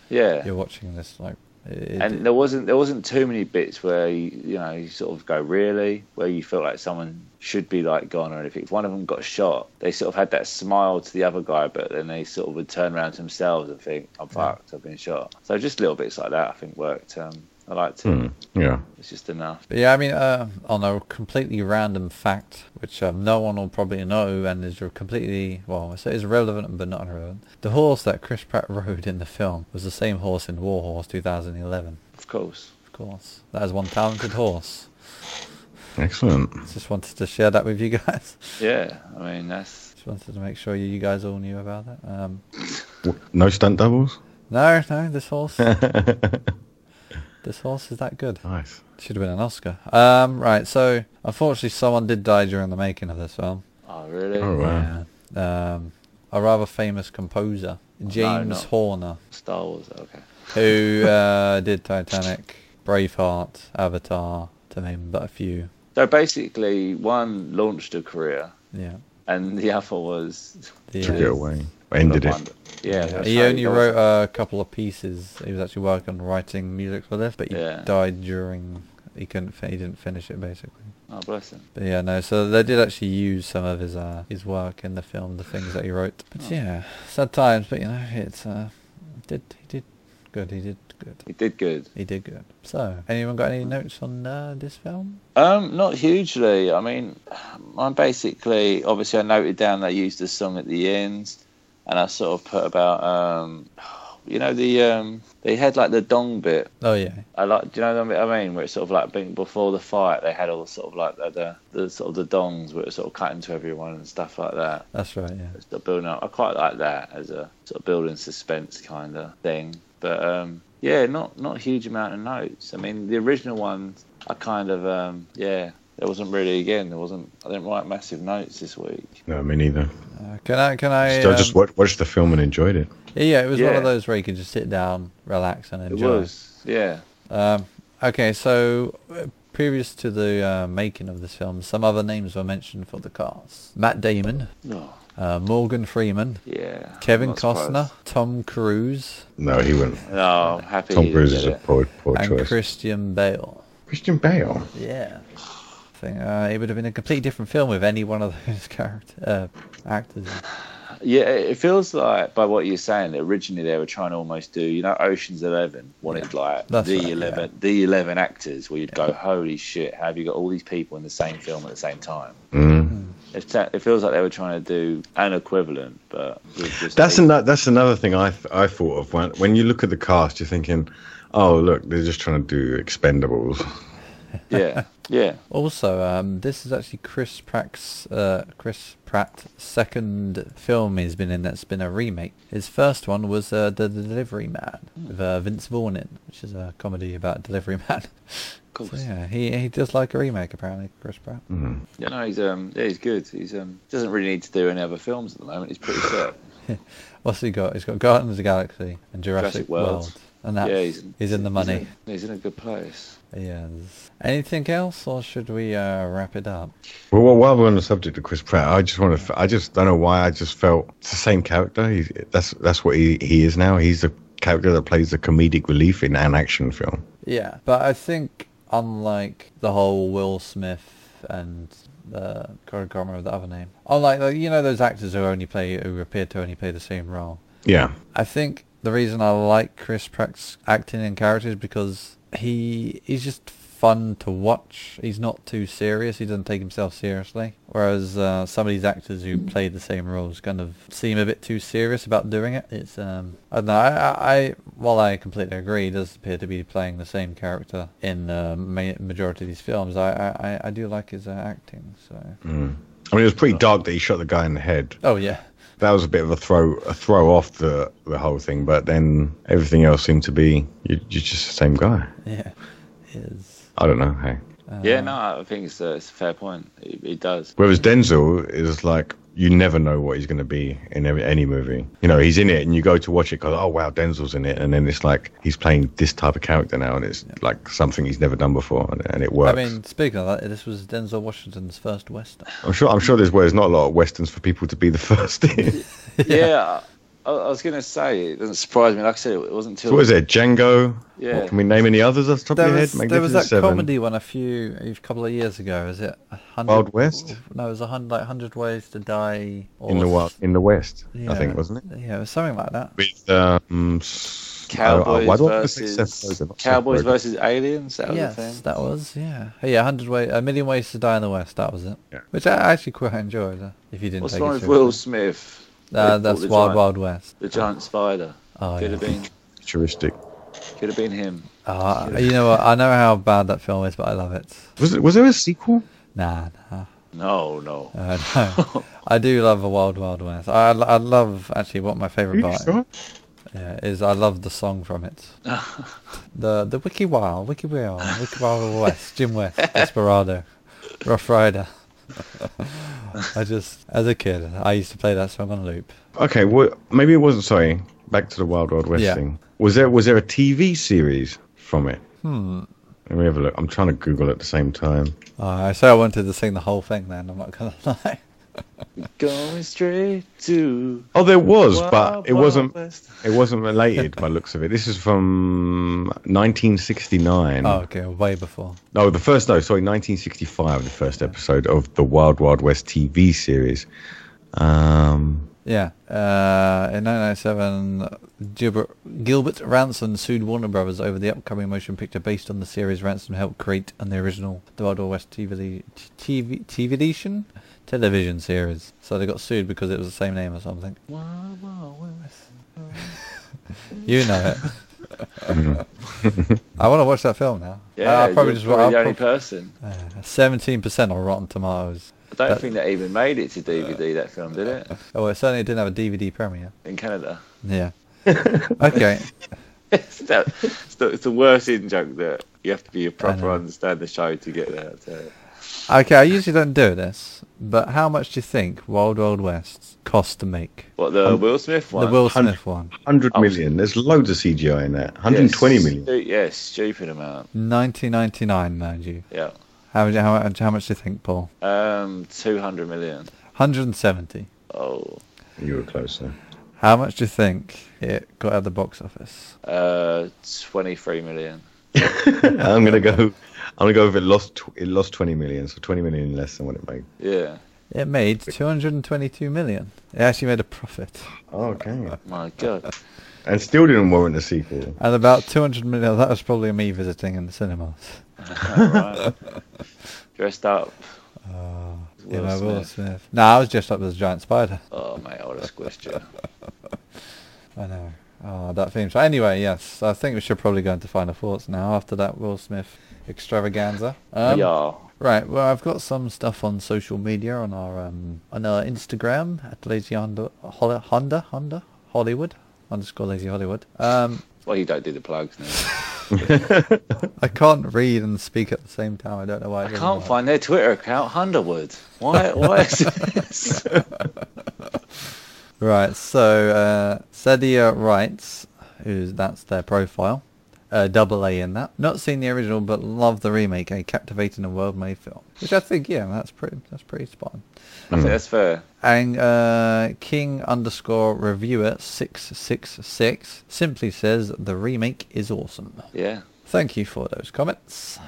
Yeah.
you're watching this like it, it-
and there wasn't there wasn't too many bits where you, you know you sort of go really where you felt like someone should be like gone or anything. If one of them got shot, they sort of had that smile to the other guy, but then they sort of would turn around to themselves and think, "I'm fucked, I've been shot." So just little bits like that, I think worked. Um, I liked it.
Hmm. Yeah.
It's just enough.
But yeah, I mean, uh, on a completely random fact, which um, no one will probably know, and is completely well, I say is relevant but not irrelevant. The horse that Chris Pratt <laughs> rode in the film was the same horse in War Horse 2011.
Of course,
Of course, that is one talented horse.
Excellent.
Just wanted to share that with you guys. <laughs>
yeah. I mean that's
Just wanted to make sure you, you guys all knew about that. Um,
W- No stunt doubles.
no, no, this horse, this horse is that good.
Nice.
Should have been an Oscar. Um, right, so unfortunately, someone did die during the making of this film.
oh really
Oh, wow.
Yeah. Um, a rather famous composer, James
not-
Horner,
Star Wars. Okay,
who uh, did Titanic, Braveheart, Avatar, to name but a few.
so basically one launched a career
Yeah.
and the <laughs> other was
The,
Took
uh,
it away. Ended
the
it.
one that- Yeah, that's
he
how
only
goes.
wrote a couple of pieces. He was actually working on writing music for this, but he
Yeah.
died during. He couldn't. Fi- he didn't finish it basically.
Oh bless him.
But yeah, no. So they did actually use some of his uh, his work in the film, the things that he
Oh.
wrote. But yeah, sad times. But you know, it's uh, did he did good. He did good.
He did good.
He did good. So, anyone got any notes on uh, this film?
Um, not hugely. I mean, I'm basically obviously I noted down they used the song at the end, and I sort of put about um, you know the um, they had like the dong bit.
Oh yeah,
I like, do you know what I mean? Where it's sort of like being- before the fight, they had all sort of like the, the, the sort of the dongs where it sort of cut into everyone and stuff like that.
that's right. Yeah,
It's sort of building up. I quite like that as a sort of building suspense kind of thing. But um, yeah, not not a huge amount of notes. I mean, the original ones, I kind of um, yeah, there wasn't really again. There wasn't. I didn't write massive notes this week.
No, me neither.
uh, can I? Can I?
Still, just
um,
watched, watched the film and enjoyed it.
yeah, yeah, it was one
Yeah.
of those where you could just sit down, relax, and
It
enjoy.
was yeah.
Um, okay, so uh, previous to the uh, making of this film, some other names were mentioned for the cast: Matt Damon,
Oh.
No.
uh, Morgan Freeman,
Yeah.
Kevin
I'm not surprised.
Costner, Tom Cruise,
No, he wouldn't.
No, I'm happy.
Tom
he
Cruise
did
is a
it.
poor, poor
and
choice.
Christian Bale.
Christian Bale.
Yeah. I think uh, it would have been a completely different film with any one of <laughs> those character uh, actors.
Yeah, it feels like by what you're saying, that originally they were trying to almost do, you know, Ocean's Eleven wanted like
That's
the
right, yeah.
eleven, the eleven actors, where you'd go, holy shit, how have you got all these people in the same film at the same time?
Mm.
Mm-hmm.
It, ta- it feels like they were trying to do an equivalent, but with just
That's
people.
another. That's another thing I th- I thought of when when you look at the cast, you're thinking, oh look, they're just trying to do Expendables.
<laughs>
yeah, yeah.
Also, um, this is actually Chris Pratt's uh, Chris Pratt's second film he's been in that's been a remake. His first one was uh, The Delivery Man with uh, Vince Vaughn in, which is a comedy about delivery man.
Cool.
so yeah, he he does like a remake apparently, Chris Pratt.
Yeah, no, he's um, yeah, he's good. He's um, doesn't really need to do any other
<laughs>
films at the moment. He's pretty set.
What's he got? He's got Guardians of the Galaxy and Jurassic,
Jurassic World.
World. and that's,
Yeah,
he's,
he's-
in the money.
He's in a good place.
Yes. Anything else, or should we uh, wrap it up?
Well, well, while we're on the subject of Chris Pratt, I just want to. I just don't know why. I just felt it's the same character. He's, that's that's what he, he is now. He's the character that plays the comedic relief in an action film.
Yeah, but I think unlike the whole Will Smith and uh, the God, I can't remember the other name, unlike like, you know those actors who only play who appear to only play the same role.
Yeah,
I think the reason I like Chris Pratt's acting and character is because he he's just fun to watch. He's not too serious. He doesn't take himself seriously. Whereas uh, some of these actors who play the same roles kind of seem a bit too serious about doing it. It's um I don't know. I, I, I while I completely agree, he does appear to be playing the same character in uh, ma- majority of these films. I I, I- I do like his uh, acting. So
I mean it was pretty dark that he shot the guy in the head.
oh yeah. <laughs>
That was a bit of a throw a throw off the the whole thing. But then everything else seemed to be you, you're just the same guy.
Yeah, He is
I don't know. Hey,
Uh-huh.
yeah, no, I think it's a, it's a fair point. He, he does.
whereas Denzel is like. You never know what he's going to be in every, any movie. You know, he's in it, and you go to watch it because, oh wow, Denzel's in it, and then it's like he's playing this type of character now, and it's like something he's never done before, and, and it
I
works.
mean, speaking of that, this was Denzel Washington's first western.
I'm sure. I'm sure there's where there's not a lot of westerns for people to be the <laughs> first in. <laughs>
Yeah, I, I was going to say, it doesn't surprise me. Like I said, it wasn't
so
until.
what is it? Django.
Yeah.
What, can we name any others off the top
There
of your
was,
head?
there was that
Magnificent Seven.
comedy one a few a couple of years ago. Is it a hundred,
Wild West?
No, it was a hundred like hundred ways to die. Or
in the wild, in the west.
Yeah.
I think wasn't it?
Yeah, it was something like that.
With uh, um, s-
Cowboys
I- I- why do I always say
versus
Seth Rogen, not Seth
Cowboys
Rogen?
versus Aliens. That was
yes,
the thing.
that was yeah. Oh, yeah, hundred way, a million ways to die in the west. That was it.
Yeah.
Which I actually quite enjoyed. uh, If you didn't
What's
take
wrong
it
with
seriously.
Will Smith?
Uh,
They
that's
thought the
Wild
giant-
Wild West.
The giant spider.
Oh
could
yeah.
have been.
Futuristic.
Could have been him.
Oh, you know what? I know how bad that film is, but I love it.
Was it? Was there a sequel?
Nah, nah. <laughs>
No, no.
Uh,
<laughs>
no. I do love a Wild Wild West. I, I love actually what my favorite
Really?
part
Sure.
yeah, is. I love the song from it. the the Wiki Wild, Wiki Wild, Wiki Wild West, Jim West, Desperado, Rough Rider. <laughs> I just, as a kid, I used to play that song on loop.
Okay. Well, maybe it wasn't. Sorry. Back to the Wild Wild West
Yeah.
thing. Was there? Was there a TV series from it? Hmm. Let me have a look. I'm trying to Google at the same time.
Uh, I say I wanted to sing the whole thing then, I'm not going to <laughs> lie.
Going straight to.
Oh, there was,
Wild
but it
Wild
wasn't.
West.
It wasn't related by looks of it. This is from 1969.
Oh, okay, way before.
No, the first, no, sorry, 1965, the first episode of the Wild Wild West TV series. Um,
Yeah. Uh, in 1997, Gilbert, Gilbert Ransom sued Warner Brothers over the upcoming motion picture based on the series Ransom helped create and the original The Wild Wild West TV, TV, TVition? television series. So they got sued because it was the same name or something.
Wild Wild West.
You know it. <laughs> I want to watch that film now.
Yeah,
Uh, I probably
you're
just
probably the only
I'll prob-
person.
seventeen percent on Rotten Tomatoes.
I don't think that even made it to DVD. that film did it
Oh, it certainly didn't have a DVD premiere.
in Canada. <laughs>
Yeah. Okay.
it's, that, it's, the, it's the worst in joke that you have to be a
know.
proper understand the show to get there. So.
Okay, I usually don't do this, but how much do you think Wild Wild West cost to make?
What the Will Smith one?
Um, The Will
hundred-
Smith one.
100 million. There's loads of CGI in that.
Yeah,
120 million.
stu- yeah, stupid amount.
1999, mind you.
Yeah,
How, much- how, much- how much do you think, Paul?
um, two hundred million.
170.
Oh,
You were closer.
How much do you think it got at the box office?
uh, twenty-three million.
I'm gonna go. I'm gonna go with it lost. tw- It lost 20 million, so 20 million less than what it made.
Yeah.
It made 222 million. It actually made a profit.
Oh, okay.
My God.
And still didn't warrant a sequel.
And about 200 million, that was probably me visiting in the cinemas.
Alright. Dressed up.
You
Will
know, Will
Smith.
Smith. No, I was dressed up as a giant spider.
Oh mate, I would have squished you.
I know. Oh, that theme. So anyway, yes, I think we should probably go into final thoughts now after that Will Smith extravaganza. Um,
yeah.
Right. Well, I've got some stuff on social media on our um, on our Instagram at lazy Honda Hol- Honda Honda Hollywood underscore lazy Hollywood. Um,
Well, you don't do the plugs now.
I can't read and speak at the same time. I don't know why.
I
it doesn't
can't
work.
find their Twitter account, Underwood. Why? Why is this?
Right, so uh, Sadia writes, who's that's their profile. Uh, double A in that. Not seen the original, but love the remake. A captivating and well-made film, which I think, yeah, that's pretty. That's pretty spot on.
I think that's fair.
And uh, King underscore reviewer six six six simply says the remake is awesome.
Yeah.
Thank you for those comments.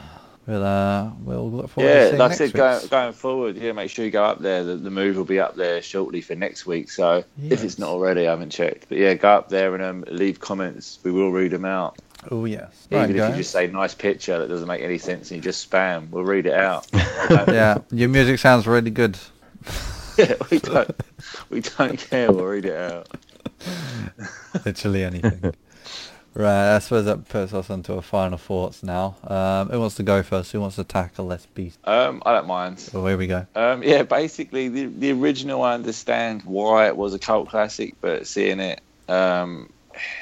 We'll uh, we'll look forward to
Yeah,
seeing
like I
next
said, go,
week's.
going forward, yeah, make sure you go up there. The, the move will be up there shortly for next week. So if
Yes.
it's not already, I haven't checked. But yeah, go up there and um, leave comments. We will read them out.
Oh yes,
Even
Right,
if
guys.
you just say nice picture that doesn't make any sense and you just spam, we'll read it
<laughs>
out. <laughs>
yeah, your music sounds really good.
we don't we don't care, we'll read it out.
Literally anything. right, I suppose that puts us onto our final thoughts now. Um, who wants to go first? Who wants to tackle this beast?
Um, I don't mind.
Oh, here we go.
Um, <laughs> yeah, basically the the original. I understand why it was a cult classic, but seeing it, um,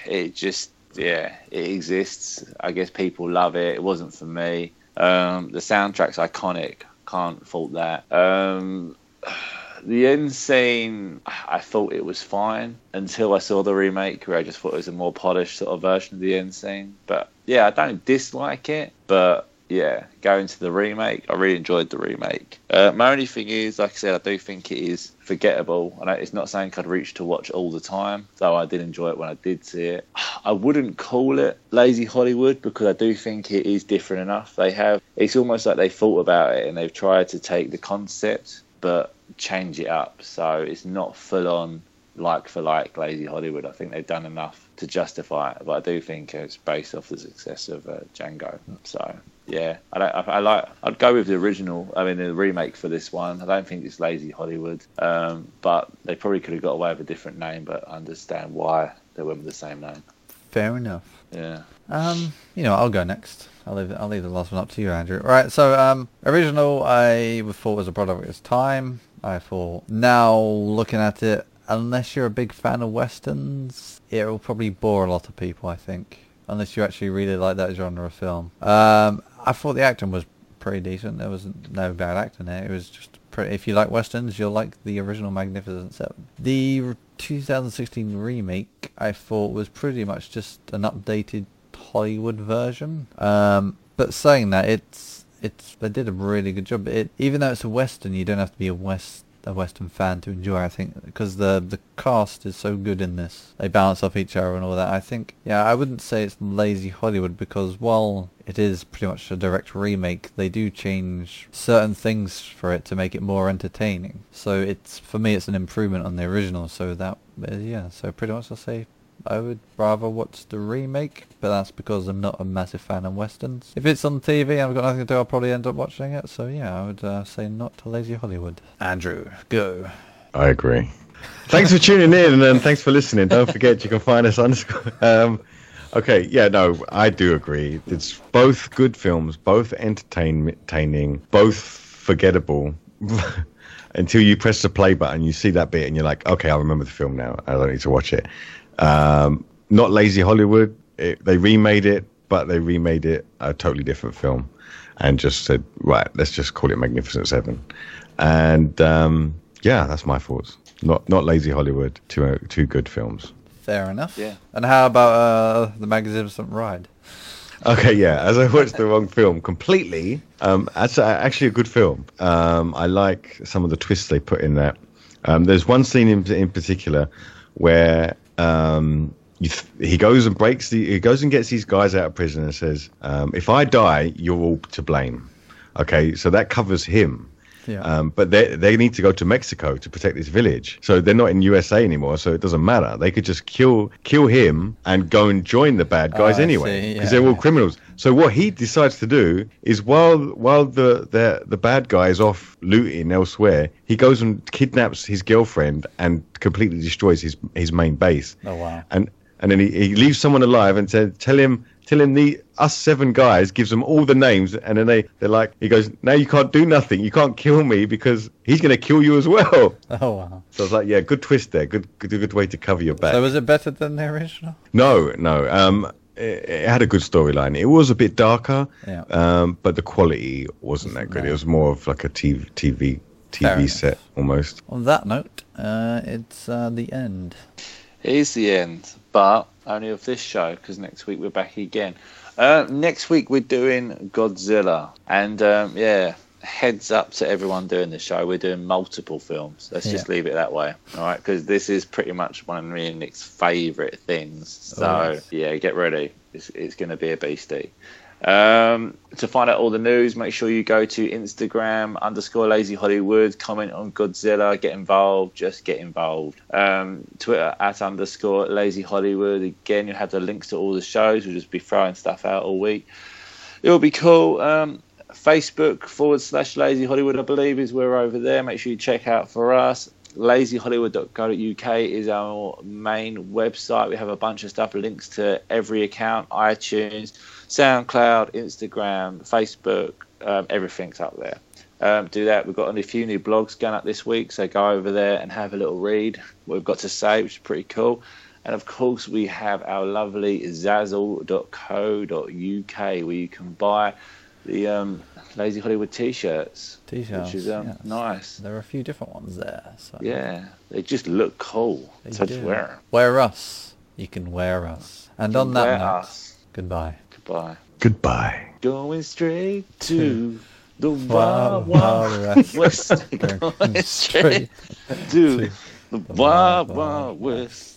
it just yeah, it exists. I guess people love it. It wasn't for me. Um, the soundtrack's iconic. Can't fault that. Um, the end scene, I thought it was fine until I saw the remake, where I just thought it was a more polished sort of version of the end scene. But yeah, I don't dislike it, but yeah, going to the remake, I really enjoyed the remake. Uh, my only thing is, like I said, I do think it is forgettable. I know it's not something I'd reach to watch all the time, though I did enjoy it when I did see it. I wouldn't call it lazy Hollywood because I do think it is different enough. They have, it's almost like they thought about it and they've tried to take the concept but change it up. So it's not full on like for like Lazy Hollywood. I think they've done enough to justify it, but I do think it's based off the success of uh, Django. So yeah, I, don't, I, I like. I'd go with the original. I mean, the remake for this one. I don't think it's Lazy Hollywood, um, but they probably could have got away with a different name. But I understand why they went with the same name.
Fair enough.
Yeah.
Um, you know, I'll go next. I'll leave. I'll leave the last one up to you, Andrew. Right. So, um, original, I thought was a product of its time. I thought now looking at it, unless you're a big fan of westerns, it will probably bore a lot of people. I think, unless you actually really like that genre of film. Um, I thought the acting was pretty decent. There was no bad acting there. It was just pretty. If you like westerns, you'll like the original Magnificent Seven. The 2016 remake, I thought, was pretty much just an updated Hollywood version. Um, but saying that, it's it's they did a really good job. It even though it's a western, you don't have to be a west a western fan to enjoy. I think because the the cast is so good in this, they bounce off each other and all that. I think yeah, I wouldn't say it's lazy Hollywood because while it is pretty much a direct remake, they do change certain things for it to make it more entertaining. So it's for me, it's an improvement on the original. So that uh, yeah, so pretty much I say I would rather watch the remake, but that's because I'm not a massive fan of westerns. If it's on TV and I've got nothing to do, I'll probably end up watching it. So yeah, I would uh, say not to Lazy Hollywood. Andrew, go.
I agree. Thanks for tuning in and um, thanks for listening. Don't forget you can find us underscore. Um, okay, yeah, no, I do agree. It's both good films, both entertain- entertaining, both forgettable. <laughs> Until you press the play button, you see that bit, and you're like, okay, I remember the film now. I don't need to watch it. Um, not lazy Hollywood. It, they remade it, but they remade it a totally different film, and just said, right, let's just call it Magnificent Seven. And um, yeah, that's my thoughts. Not not lazy Hollywood. Two uh, two good films.
Fair enough.
Yeah.
And how about uh, the Magnificent Ride?
Okay, yeah. As I watched the wrong film completely, um, that's uh, actually a good film. Um, I like some of the twists they put in that. Um, there's one scene in, in particular where um, you th- he goes and breaks the he goes and gets these guys out of prison and says, um, "If I die, you're all to blame." Okay, so that covers him.
Yeah.
Um, but they they need to go to Mexico to protect this village. So they're not in USA anymore. So it doesn't matter. They could just kill kill him and go and join the bad guys
Oh, I
anyway
see,
because
yeah,
they're all
yeah.
criminals. So what he decides to do is while while the the the bad guy is off looting elsewhere, he goes and kidnaps his girlfriend and completely destroys his his main base.
Oh, wow. <laughs>
And and then he, he leaves someone alive and said, tell him. Tell him the us seven guys gives them all the names, and then they they're like he goes now you can't do nothing you can't kill me because he's gonna kill you as well.
Oh wow.
So I was like yeah good twist there good good, good way to cover your back.
So was it better than the original?
No, no. Um, it, it had a good storyline. It was a bit darker,
Yeah.
um, but the quality wasn't that good. It was more of like a TV TV
Fair
TV
enough.
set almost.
On that note, uh, it's uh, the end.
It is the end, but only of this show because next week we're back again. Uh, next week we're doing Godzilla, and um, yeah, heads up to everyone doing this show. We're doing multiple films. Let's just
Yeah.
leave it that way, all right? Because this is pretty much one of me and Nick's favourite things. So
Oh, yes.
yeah, get ready. It's, it's going to be a beastie. Um, to find out all the news, make sure you go to Instagram underscore Lazy Hollywood. Comment on Godzilla. Get involved. Just get involved. Um, Twitter at underscore Lazy Hollywood. Again, you'll have the links to all the shows. We'll just be throwing stuff out all week. It'll be cool. Um, Facebook forward slash Lazy Hollywood, I believe, is where we're over there. Make sure you check out for us. LazyHollywood.co.uk is our main website. We have a bunch of stuff, links to every account, iTunes, SoundCloud, Instagram, Facebook, um, everything's up there. Um, do that. We've got a few new blogs going up this week, so go over there and have a little read. What we've got to say, which is pretty cool. And of course, we have our lovely zazzle.co.uk where you can buy the um, Lazy Hollywood t shirts,
T-shirts,
which is um,
yes.
nice.
There are a few different ones there. So
Yeah, they just look cool.
they
so
do.
just wear 'em.
Wear us. You can wear us. And on that
Wear
note,
us.
goodbye.
Goodbye.
Goodbye.
Going <laughs> straight to the
Wow,
Wild Wild
wow, right.
West. <laughs>
Going <laughs>
Going
straight
straight to the Wild
Wild Wild
Wild West.